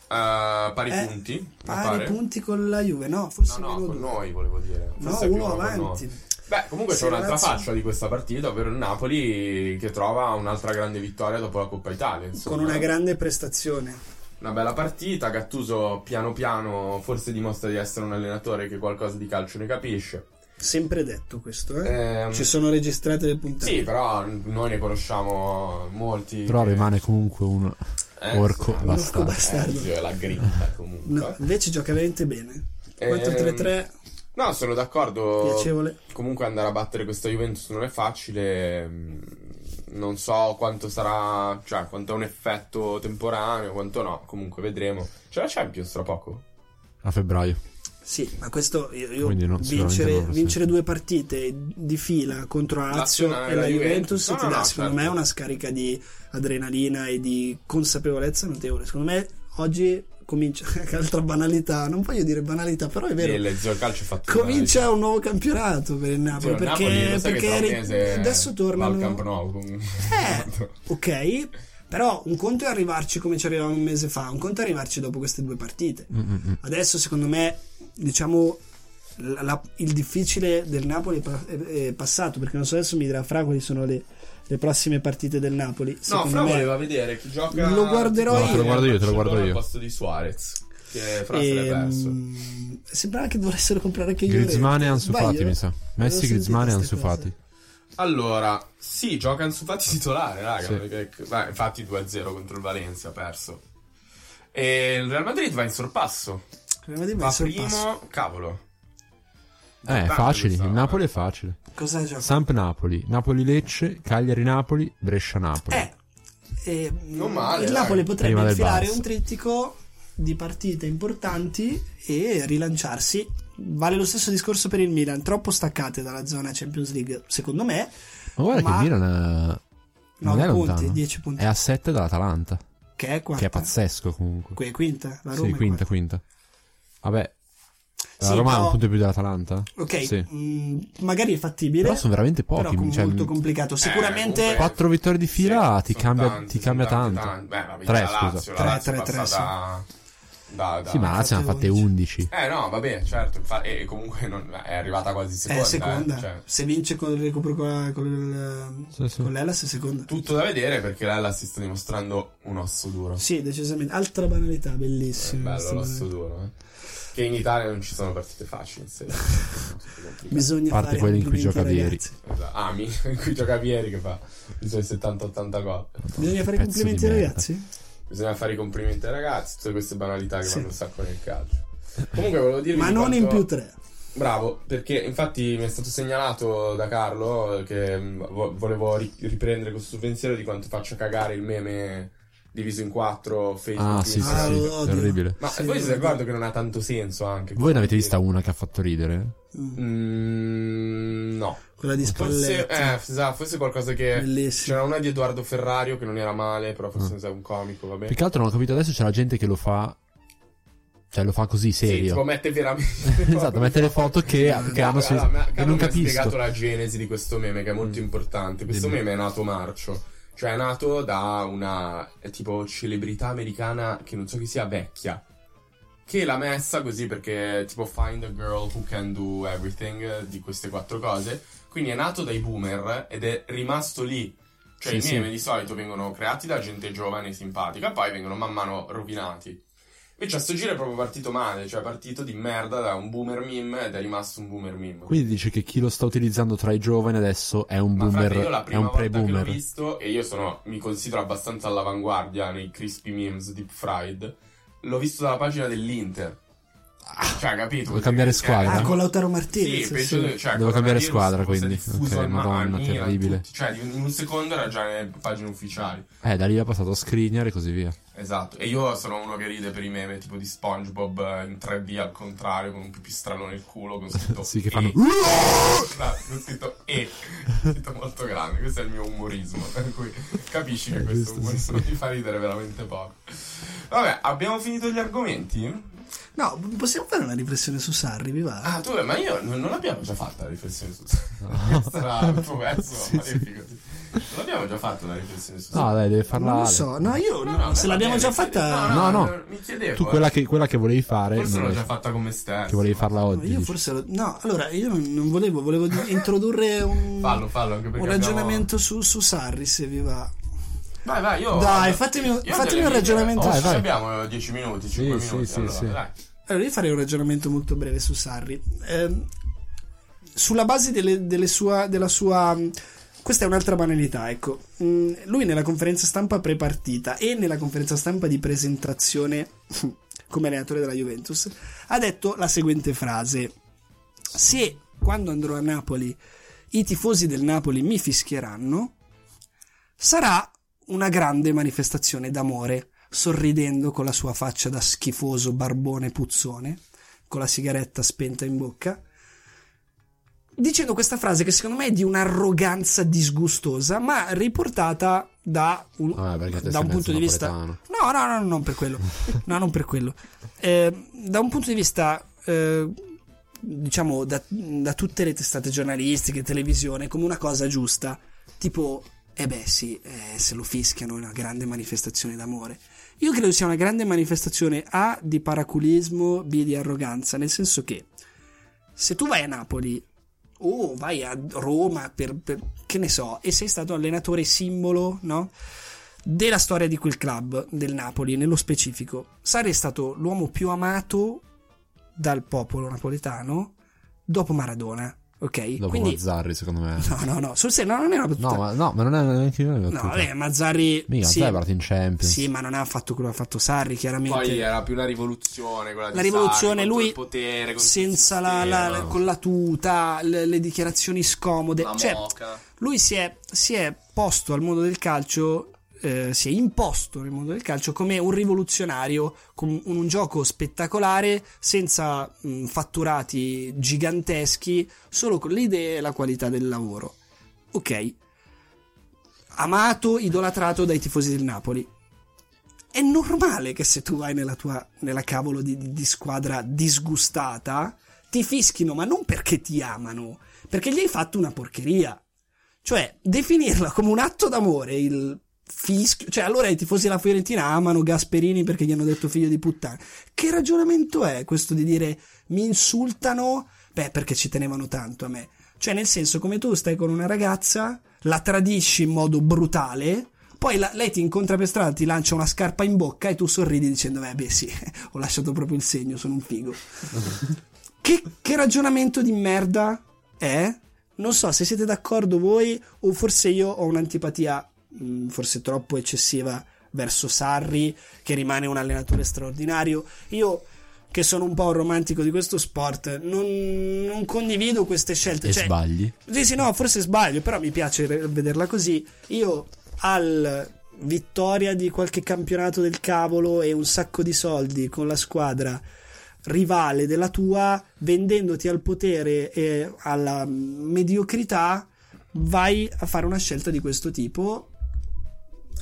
a eh, pari eh, punti. mi pari pare. punti con la Juve, no? Forse No, meno no, con due. noi volevo dire. No, Forse è più uno con noi. avanti. Beh, comunque Sì, c'è un'altra ragazzi. faccia di questa partita, ovvero il Napoli che trova un'altra grande vittoria dopo la Coppa Italia. Con insomma. una grande prestazione. Una bella partita, Gattuso piano piano forse dimostra di essere un allenatore che qualcosa di calcio ne capisce. Sempre detto questo, eh? Ehm, Ci sono registrate le puntate. Sì, però noi ne conosciamo molti. Però che- rimane comunque un Eh, orco sì. Orco bastardo. bastardo. Eh, zio, è la [LAUGHS] grinta comunque. No, invece gioca veramente bene. Ehm, oh. 4-3-3, No, sono d'accordo. piacevole. Comunque andare a battere questa Juventus non è facile. mm, Non so quanto sarà, cioè quanto è un effetto temporaneo, quanto no. Comunque vedremo. C'è la Champions tra poco. A febbraio. Sì, ma questo io, io Quindi no, sicuramente vincere, no, sì. vincere due partite di fila contro la Lazio Nazionale, e la la Juventus Juventus. No, ti no, dà, no, secondo certo. me, una scarica di adrenalina e di consapevolezza notevole. Secondo me oggi comincia [LAUGHS] che altra banalità, non voglio dire banalità, però è vero. Il zio il calcio è fatto Comincia un nuovo campionato per il Napoli Zio, il perché, Napoli, lo sai che perché tra un ri- mese adesso va al Camp tornano. Nou, comunque. Eh, ok, però un conto è arrivarci come ci arrivavamo un mese fa, un conto è arrivarci dopo queste due partite. Mm, Adesso, secondo me, diciamo. la- la- il difficile del Napoli è pa- è, è passato perché non so adesso mi dirà Fra quali sono le, le prossime partite del Napoli. No, Secondo Fra me, voleva vedere chi gioca. Lo guarderò No, te lo io. guardo io, te lo guardo Barcellona io. Al posto di Suarez. Che Fra se l'è ehm, perso. sembrava che dovessero comprare anche eh. Griezmann e Llorente. Ansu Fati, Sbaglio? mi sa. Avevo Messi, sentito Griezmann e queste Ansu cose. Fati. Allora, sì, gioca Ansu Fati [LAUGHS] titolare, raga. Sì. perché- beh, infatti 2-0 contro il Valencia, ha perso. E il Real Madrid va in sorpasso. Prima di me, Va sorpasso. primo, cavolo. Eh, Importante facili. questa- Il Napoli è facile. Cosa gioca? Samp-Napoli, Napoli-Lecce, Cagliari-Napoli, Brescia-Napoli. Eh, eh, Non male, il Napoli dai. potrebbe Prima del infilare Barça. un trittico di partite importanti e rilanciarsi. Vale lo stesso discorso per il Milan, troppo staccate dalla zona Champions League, secondo me. Ma guarda Ma- che il Milan eh, non 9 è punti, lontano. 10 punti. È a 7 dall'Atalanta, Che è quarta. che è pazzesco comunque. Que- quinta, la Roma. sì, è quinta, quinta. Vabbè, la Sì, Roma ha però- un punto in più dell'Atalanta? quarta. Ok, Sì. mh, magari è fattibile. Però sono veramente però pochi. com- cioè, molto complicato. Sicuramente... Eh, comunque- quattro vittorie di fila Sì, ti sono cambia, tanti, ti sono cambia tanti, tanto. tanti. Beh, vabbè, Tre, la Lazio, scusa. la Tre, Lazio è tre, tre, passata da- da- Sì, ma la Lazio ne ha fatte 11. Eh no, vabbè, certo, infa- e comunque non- è arrivata quasi seconda. è seconda. eh, cioè, Se vince con il recupero con, con, il- Sì, sì. con l'Elas è seconda. tutto da vedere perché l'Ella si sta dimostrando un osso duro. Sì, decisamente. Altra banalità, bellissima. Eh, Bello questa l'osso banalità. duro, eh. Che in Italia non ci sono partite facili. [LAUGHS] se- Bisogna A parte fare quelli in cui complimenti ai gioca ragazzi. Esatto. Ah, mi, [LAUGHS] qui gioca Vieri che fa i suoi 70-80 gol. Bisogna fare i Pezzo di complimenti ai merda. ragazzi. Bisogna fare i complimenti ai ragazzi, tutte queste banalità che Sì. vanno un sacco nel calcio. Comunque volevo dirvi Ma di non in quanto- più tre. Bravo, perché infatti mi è stato segnalato da Carlo che mh, vo- volevo ri- riprendere questo pensiero di quanto faccia cagare il meme diviso in quattro Facebook. Ah, sì, sì, Ah, sì. lo odio. Terribile. Ma Sì, voi lo siete d'accordo che non ha tanto senso anche? Voi ne avete vista una che ha fatto ridere? Mm. Mm, no. Quella di Forse, Spalletti. eh, esatto, forse qualcosa che... Bellissimo. C'era una di Edoardo Ferrario che non era male, però Ah. forse non era un comico, vabbè. Più che altro non ho capito adesso c'è la gente che lo fa. Cioè, lo fa così Sì, tipo serio. mette veramente... [LAUGHS] esatto, mette le foto Eh, che, che hanno. Allora, ma- che Carlo non mi ha spiegato capisco. Mm. la genesi di questo meme che è molto importante. Questo Dimmi. meme è nato marcio, cioè è nato da una eh, tipo celebrità americana che non so chi sia vecchia. Che l'ha messa così perché tipo find a girl who can do everything eh, di queste quattro cose. Quindi è nato dai boomer ed è rimasto lì. Cioè Sì, i meme sì. di solito vengono creati da gente giovane e simpatica, poi vengono man mano rovinati. Invece a sto giro è proprio partito male, cioè è partito di merda da un boomer meme ed è rimasto un boomer meme. Quindi dice che chi lo sta utilizzando tra i giovani adesso è un Ma boomer. frate, io la È prima un volta che l'ho pre-boomer. visto, e io sono, mi considero abbastanza all'avanguardia nei crispy memes deep fried, l'ho visto dalla pagina dell'Inter. Cioè, capito? Vuoi Ah, cambiare squadra? Ah, no? con Lautaro Sì, Martinez. sì. penso, cioè, Devo coronavirus cambiare squadra, fosse quindi. diffuso Ok, al- a madonna, Milan, terribile. tutti- cioè, in un secondo era già nelle pagine ufficiali. Eh, da lì ha passato a Skriniar e così via. Esatto. E io sono uno che ride per i meme tipo di SpongeBob eh, in 3D al contrario, con un pipistrello nel culo, con scritto [LAUGHS] Sì, che Boh, "E". [LAUGHS] fanno- No, con scritto [LAUGHS] E, scritto molto grande. Questo è il mio umorismo. [LAUGHS] Per cui capisci che Eh, questo giusto, sì, umorismo ti fa ridere veramente poco. Vabbè, abbiamo finito gli argomenti? No, possiamo fare una riflessione su Sarri, vi va? Ah, tu, ma io non, non l'abbiamo già fatta la [LAUGHS] riflessione su Questo era il tuo pezzo, Sì, sì. magnifico. Non l'abbiamo già fatta la riflessione su No, Ah, dai, deve farla. non lo Ale. so. No, io No, no, no, se va l'abbiamo bene, già mi chiede- fatta... no, no. Mi chiedevo. Tu quella che, quella che volevi fare. Eh, Forse non l'ho già l'hai- fatta con me stesso. Che volevi farla oggi. Io dici. forse lo- no, allora io non, non volevo, [LAUGHS] volevo di- introdurre un, Fallo, fallo, anche perché un ragionamento su, su Sarri se vi va. abbiamo- Vai, vai, io... Dai, fatemi- io ho delle fatemi un idee. ragionamento. Oh, Vai, ci vai. abbiamo 10 minuti, 5 Sì, minuti. sì, sì, allora, sì. dai. Allora, io farei un ragionamento molto breve su Sarri. Ehm, sulla base delle- delle sua- della sua. mm, Questa è un'altra banalità, ecco. Mm, lui nella conferenza stampa pre-partita e nella conferenza stampa di presentazione [LAUGHS] come allenatore della Juventus ha detto la seguente frase: Se quando andrò a Napoli i tifosi del Napoli mi fischieranno, sarà una grande manifestazione d'amore, sorridendo con la sua faccia da schifoso barbone puzzone, con la sigaretta spenta in bocca, dicendo questa frase che secondo me è di un'arroganza disgustosa, ma riportata da un, Vabbè, Ah, perché te da sei un punto di vista... napoletano. No, no, no, non per quello. No, non per quello. Eh, da un punto di vista, eh, diciamo, da, da tutte le testate giornalistiche, televisione, come una cosa giusta. Tipo, eh beh sì, eh, se lo fischiano è una grande manifestazione d'amore. Io credo sia una grande manifestazione A di paraculismo, B di arroganza, nel senso che se tu vai a Napoli o vai a Roma per, per- che ne so e sei stato allenatore simbolo no? della storia di quel club del Napoli nello specifico sarei stato l'uomo più amato dal popolo napoletano dopo Maradona ok Dopo quindi Mazzarri, secondo me. no no no sul serio no, non è una battuta [LAUGHS] No, ma, no, ma non è neanche io. no vabbè Mazzarri Mica, sì, Mazzarri è partito in Champions. sì, ma non ha fatto quello che ha fatto Sarri chiaramente Poi era più una rivoluzione quella di la rivoluzione Sarri, contro lui il potere, contro il senza la, la- sistema, con la tuta le, le dichiarazioni scomode la cioè moca. lui si è, si è posto al mondo del calcio eh, si è imposto nel mondo del calcio come un rivoluzionario con un, un gioco spettacolare senza mh, fatturati giganteschi solo con le idee e la qualità del lavoro ok amato idolatrato dai tifosi del Napoli è normale che se tu vai nella tua nella cavolo di, di- di squadra disgustata ti fischino, ma non perché ti amano, perché gli hai fatto una porcheria. Cioè, definirla come un atto d'amore, il fischio, cioè allora i tifosi della Fiorentina amano Gasperini perché gli hanno detto figlio di puttana. Che ragionamento è questo di dire mi insultano? Beh, perché ci tenevano tanto a me. Cioè, nel senso, come tu stai con una ragazza, la tradisci in modo brutale, poi la- lei ti incontra per strada, ti lancia una scarpa in bocca e tu sorridi dicendo, eh beh sì, [LAUGHS] ho lasciato proprio il segno, sono un figo. che, che ragionamento di merda è? Non so se siete d'accordo voi o forse io ho un'antipatia mh, forse troppo eccessiva verso Sarri, che rimane un allenatore straordinario. Io, che sono un po' un romantico di questo sport, non, non condivido queste scelte. E Cioè, sbagli. sì, sì, no, forse sbaglio, però mi piace re- vederla così. Io al vittoria di qualche campionato del cavolo e un sacco di soldi con la squadra rivale della tua, vendendoti al potere e alla mediocrità, vai a fare una scelta di questo tipo.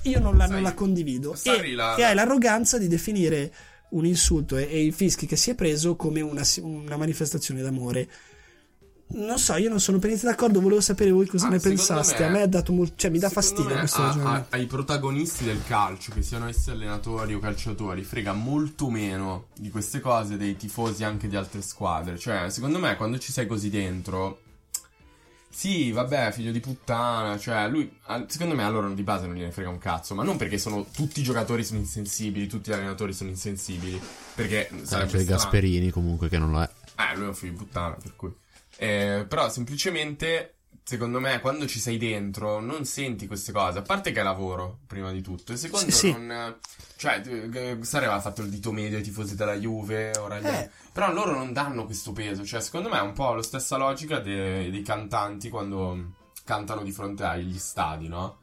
Io non la, non Sai, la condivido. Sarri E, la- e hai l'arroganza di definire un insulto e, e i fischi che si è preso come una si- una manifestazione d'amore. Non so, io non sono per niente d'accordo, volevo sapere voi cosa Ah, ne secondo pensaste. me- a me ha dato molto. Cioè, mi dà Secondo fastidio me questo a- a- ragionamento. ai protagonisti del calcio, che siano essi allenatori o calciatori, frega molto meno di queste cose dei tifosi anche di altre squadre. Cioè, secondo me, quando ci sei così dentro. Sì, vabbè, figlio di puttana. Cioè, lui. a- Secondo me, allora di base non gliene frega un cazzo. Ma non perché sono tutti i giocatori sono insensibili, tutti gli allenatori sono insensibili. Perché sarebbe C'è il strano. Cioè, Gasperini comunque che non lo è. Eh, lui è un figlio di puttana, per cui. Eh, però semplicemente, secondo me, quando ci sei dentro, non senti queste cose. A parte che è lavoro, prima di tutto. E secondo Sì, sì. non. Cioè, eh, Sarri aveva fatto il dito medio ai tifosi della Juve. Ora gli- Eh. Però loro non danno questo peso. Cioè, secondo me è un po' la stessa logica de- dei cantanti quando cantano di fronte agli stadi, no?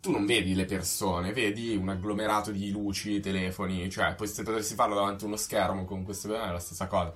Tu non vedi le persone, vedi un agglomerato di luci, telefoni, cioè, poi se potessi farlo davanti a uno schermo con queste persone è la stessa cosa.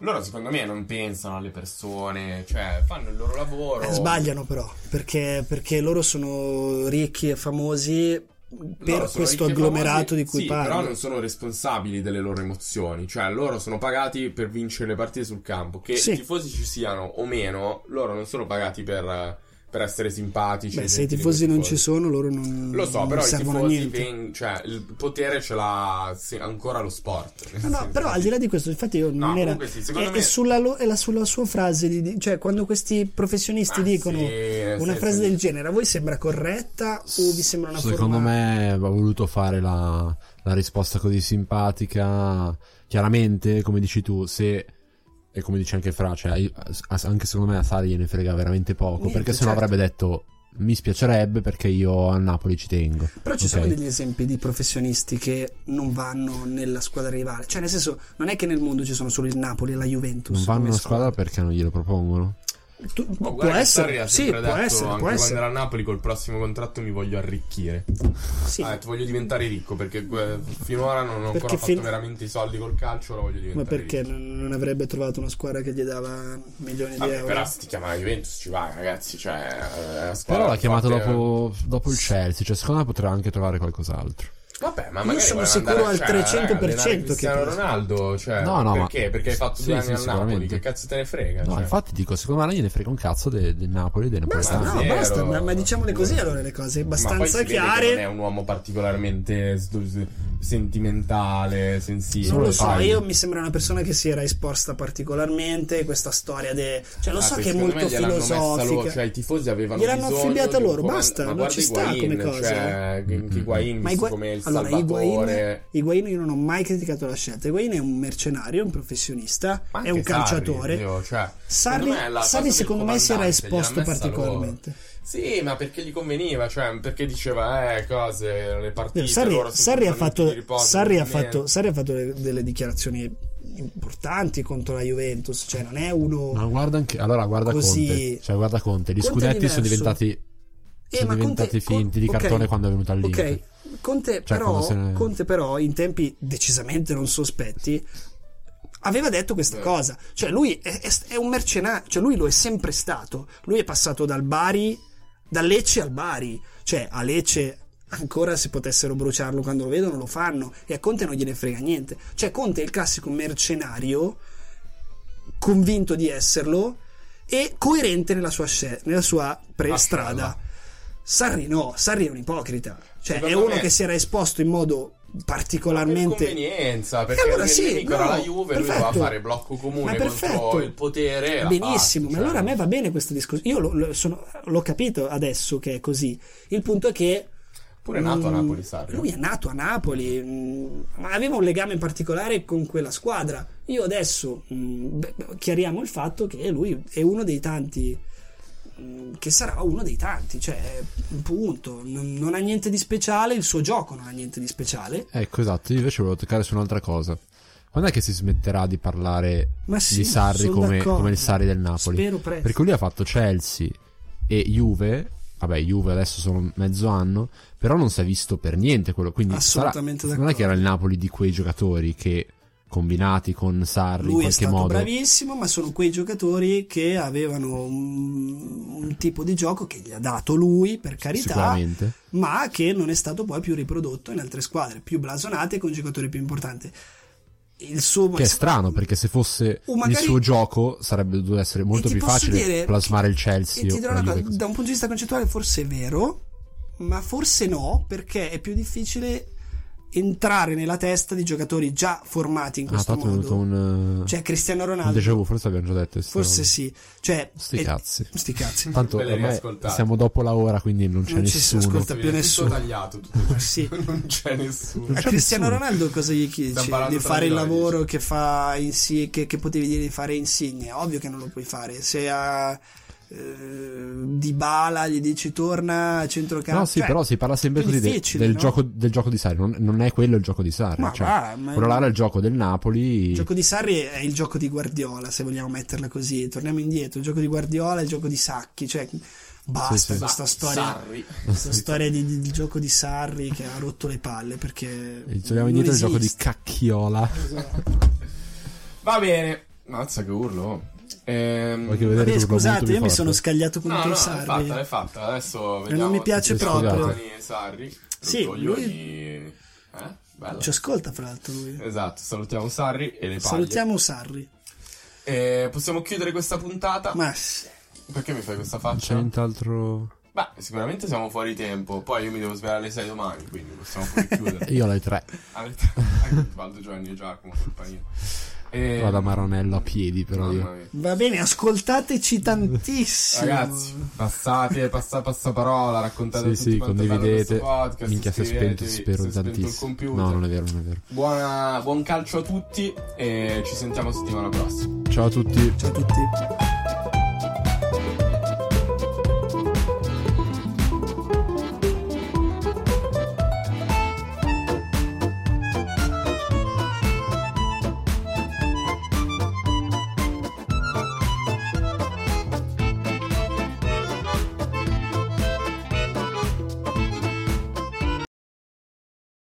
Loro, secondo me, non pensano alle persone, cioè, fanno il loro lavoro. Eh, sbagliano, però, perché, perché loro sono ricchi e famosi per Loro sono questo ricchi e agglomerato famosi, di cui sì, parli. Però non sono responsabili delle loro emozioni, cioè loro sono pagati per vincere le partite sul campo, che Sì. i tifosi ci siano o meno, loro non sono pagati per, per essere simpatici. Beh, se i gentili tifosi con non ci sono, loro non, Lo so, non però i servono a tifosi, niente. ven- cioè, il potere ce l'ha se- ancora lo sport. No, no, però al di là di questo, infatti, io non era. comunque sì, secondo e, me- e sulla, lo- e la- sulla sua frase, di- di- cioè, quando questi professionisti Ma dicono Ah, sì, nel una senso- frase del genere, a voi sembra corretta o vi sembra una Secondo forma... me ha voluto fare la, la risposta così simpatica. Chiaramente, come dici tu, se eh, e come dice anche Fra, cioè, io- a- anche secondo me a Sari gliene frega veramente poco, Niente, perché sennò certo. avrebbe detto mi spiacerebbe perché io a Napoli ci tengo. Però ci Ok. sono degli esempi di professionisti che non vanno nella squadra rivale. Cioè, nel senso, non è che nel mondo ci sono solo il Napoli e la Juventus. Non vanno come alla so. squadra perché non glielo propongono. Tu- Ma può Oh, guarda che Sarri essere, ha sì, sempre può detto, essere, anche può quando essere. era a Napoli col prossimo contratto mi voglio arricchire. Sì. Ah, ti voglio diventare ricco perché eh, finora non ho Perché ancora fatto fin- veramente i soldi col calcio, ora voglio Ma diventare perché ricco. non non avrebbe trovato una squadra che gli dava milioni di Vabbè, euro? però se ti chiama la Juventus ci vai ragazzi, cioè... eh, la squadra Però l'ha chiamato fatta- dopo, dopo il Chelsea, cioè secondo me poteva anche trovare qualcos'altro. Vabbè, ma Io magari sono vuole sicuro andare a al 300% China, raga, allenare che- Cristiano Ronaldo, cioè... No, no, perché? ma- Perché hai fatto Sì, sì, due anni al Napoli, sicuramente. che cazzo te ne frega? No, cioè? infatti dico, secondo me non gliene frega un cazzo de- del Napoli e dei Basta, napoletani. no, Zero. basta, ma, ma diciamole così allora le cose, Ma poi si abbastanza vede che non è chiare. un uomo particolarmente s- sentimentale, sensibile. Non lo so, fai. io mi sembra una persona che si era esposta particolarmente questa storia de... Cioè lo Ah, so perché che è secondo molto me gliel'hanno messa loro, filosofica. cioè i tifosi avevano Gliel'hanno bisogno affibbiata di loro, Guain- basta, ma non guarda ci sta Higuain, come cosa. eh. cioè, che Higuain Ma visto Higua- come il allora, Higuain, salvatore Higuain io non ho mai criticato la scelta. Higuain è un mercenario, un professionista, Ma è un anche calciatore. Sarri, Dio, cioè, Sarri, secondo me è la Sarri fase del secondo me si era comandante, esposto gliel'ha messa loro. particolarmente. Sì, ma perché gli conveniva, cioè, perché diceva, eh, cose, le partite, Sarri, loro sono Sarri ha tutti fatto, di riposo, Sarri ha tutti meno. fatto, Sarri ha fatto delle, delle dichiarazioni importanti contro la Juventus, cioè non è uno... Ma guarda anche, allora guarda Così- Conte, cioè guarda Conte, gli Conte è scudetti sono diverso. diventati Eh, sono ma diventati Conte- finti Con- di ok. cartone quando è venuto al limite. Ok, Conte, Cioè, però, quando se ne- Conte però in tempi decisamente non sospetti aveva detto questa Beh. cosa, cioè lui è, è- è un mercenario, cioè lui lo è sempre stato, lui è passato dal Bari, da Lecce al Bari, cioè a Lecce ancora se potessero bruciarlo quando lo vedono lo fanno e a Conte non gliene frega niente, cioè Conte è il classico mercenario convinto di esserlo e coerente nella sua, scel- nella sua prestrada. Mascella. Sarri no, Sarri è un ipocrita. Cioè, Secondo è uno me- che si era esposto in modo Per particolarmente. convenienza, perché allora il sì, nemico no, era la Juve, lui perfetto. doveva fare blocco Ma comune perfetto. contro il potere. e la Benissimo, pace, ma allora a cioè. me va bene questa discussione. Io lo- lo sono- l'ho capito adesso che è così. Il punto è che. Pure è nato a mm, Napoli, Sarri. eh. Lui è nato a Napoli, mm, ma aveva un legame particolare con quella squadra. Io adesso mm, beh, chiariamo il fatto che lui è uno dei tanti. mm, Che sarà uno dei tanti, cioè, punto. Non, non ha niente di speciale. Il suo gioco non ha niente di speciale. Ecco, esatto, io invece volevo toccare su un'altra cosa. Quando è che si smetterà di parlare Ma sì, di Sarri sono come, d'accordo. come il Sarri del Napoli? Spero presto. Perché lui ha fatto Chelsea e Juve, vabbè Juve adesso sono mezzo anno, però non si è visto per niente quello, quindi sarà- Assolutamente non è d'accordo. che era il Napoli di quei giocatori che combinati con Sarri in Lui è qualche stato modo... bravissimo, ma sono quei giocatori che avevano un, un tipo di gioco che gli ha dato lui, per carità, Sicuramente. ma che non è stato poi più riprodotto in altre squadre più blasonate con giocatori più importanti. Il suo Che è strano perché se fosse O magari- il suo gioco sarebbe dovuto essere molto ti più posso facile dire- plasmare il E Chelsea ti o dirò la una Juve cosa, così. da un punto di vista concettuale forse è vero, ma forse no, perché è più difficile entrare nella testa di giocatori già formati in Ah, questo tanto è venuto modo. un, eh, Cioè Cristiano un Ronaldo, déjà vu, forse abbiamo già detto. queste forse robe. sì. Cioè, Sti è- cazzi. Sti cazzi. Tanto Ve le ormai riascoltate. siamo dopo la ora, quindi non c'è Non ci si nessuno. ascolta Sì, più è nessuno. Tutto tagliato, tutto. [LAUGHS] Sì. non c'è nessuno. A c'è Cristiano nessuno. Ronaldo cosa gli chiedi? Stiamo parlando Di tra fare il di noi, lavoro dici. che, fa Insi- che, che potevi dire di fare Insigne? Ovvio che non lo puoi fare. Se a Di Bala gli dici torna a centrocampo. No, sì, Cioè, però si parla sempre più così de- difficile, del, no? gioco, del gioco di Sarri. Non, non è quello il gioco di Sarri. Ma cioè, va, ma- Quello là era il gioco del Napoli. Il gioco di Sarri è il gioco di Guardiola, se vogliamo metterla così. Torniamo indietro. Il gioco di Guardiola è il gioco di Sacchi. Cioè, basta Sì, sì. questa storia. Sarri. Questa storia di, di- di gioco di Sarri che ha rotto le palle perché. E Torniamo non indietro il gioco di esiste. Cacchiola. Va bene. Mazza che urlo. Ehm... Voglio vedere Vabbè, tu come scusate, molto io più mi forte. sono scagliato No, contro no, l'hai Sarri. fatta, l'hai fatta. Adesso vediamo. non mi piace Sì, proprio. scusate. Giovanni Sarri. Sì, Cioè- Rotoglioni. Eh? Bello. Ci ascolta, fra l'altro, lui. Esatto, salutiamo Sarri e le paglie. Salutiamo Sarri. Eh, possiamo chiudere questa puntata? Ma sì. Perché mi fai questa Non c'è faccia? nient'altro. Beh, sicuramente siamo fuori tempo. Poi io mi devo svegliare alle 6 [LAUGHS] domani, quindi possiamo pure chiudere. Io ho le tre. Alle tre- Valdo Giovanni e Giacomo, colpa mia. E... Vado a Maranello a piedi, però Ehm, Mamma io. mia. Va bene, ascoltateci tantissimo. Ragazzi, passate, passa, passa parola, raccontate Sì, tutti sì, quanto è bello condividete. questo podcast, Minchia, si è spento, iscrivetevi, si si spero è spento il tantissimo. computer. No, non è vero, non è vero. Buona- buon calcio a tutti e ci sentiamo settimana prossima. Ciao a tutti. Ciao a tutti.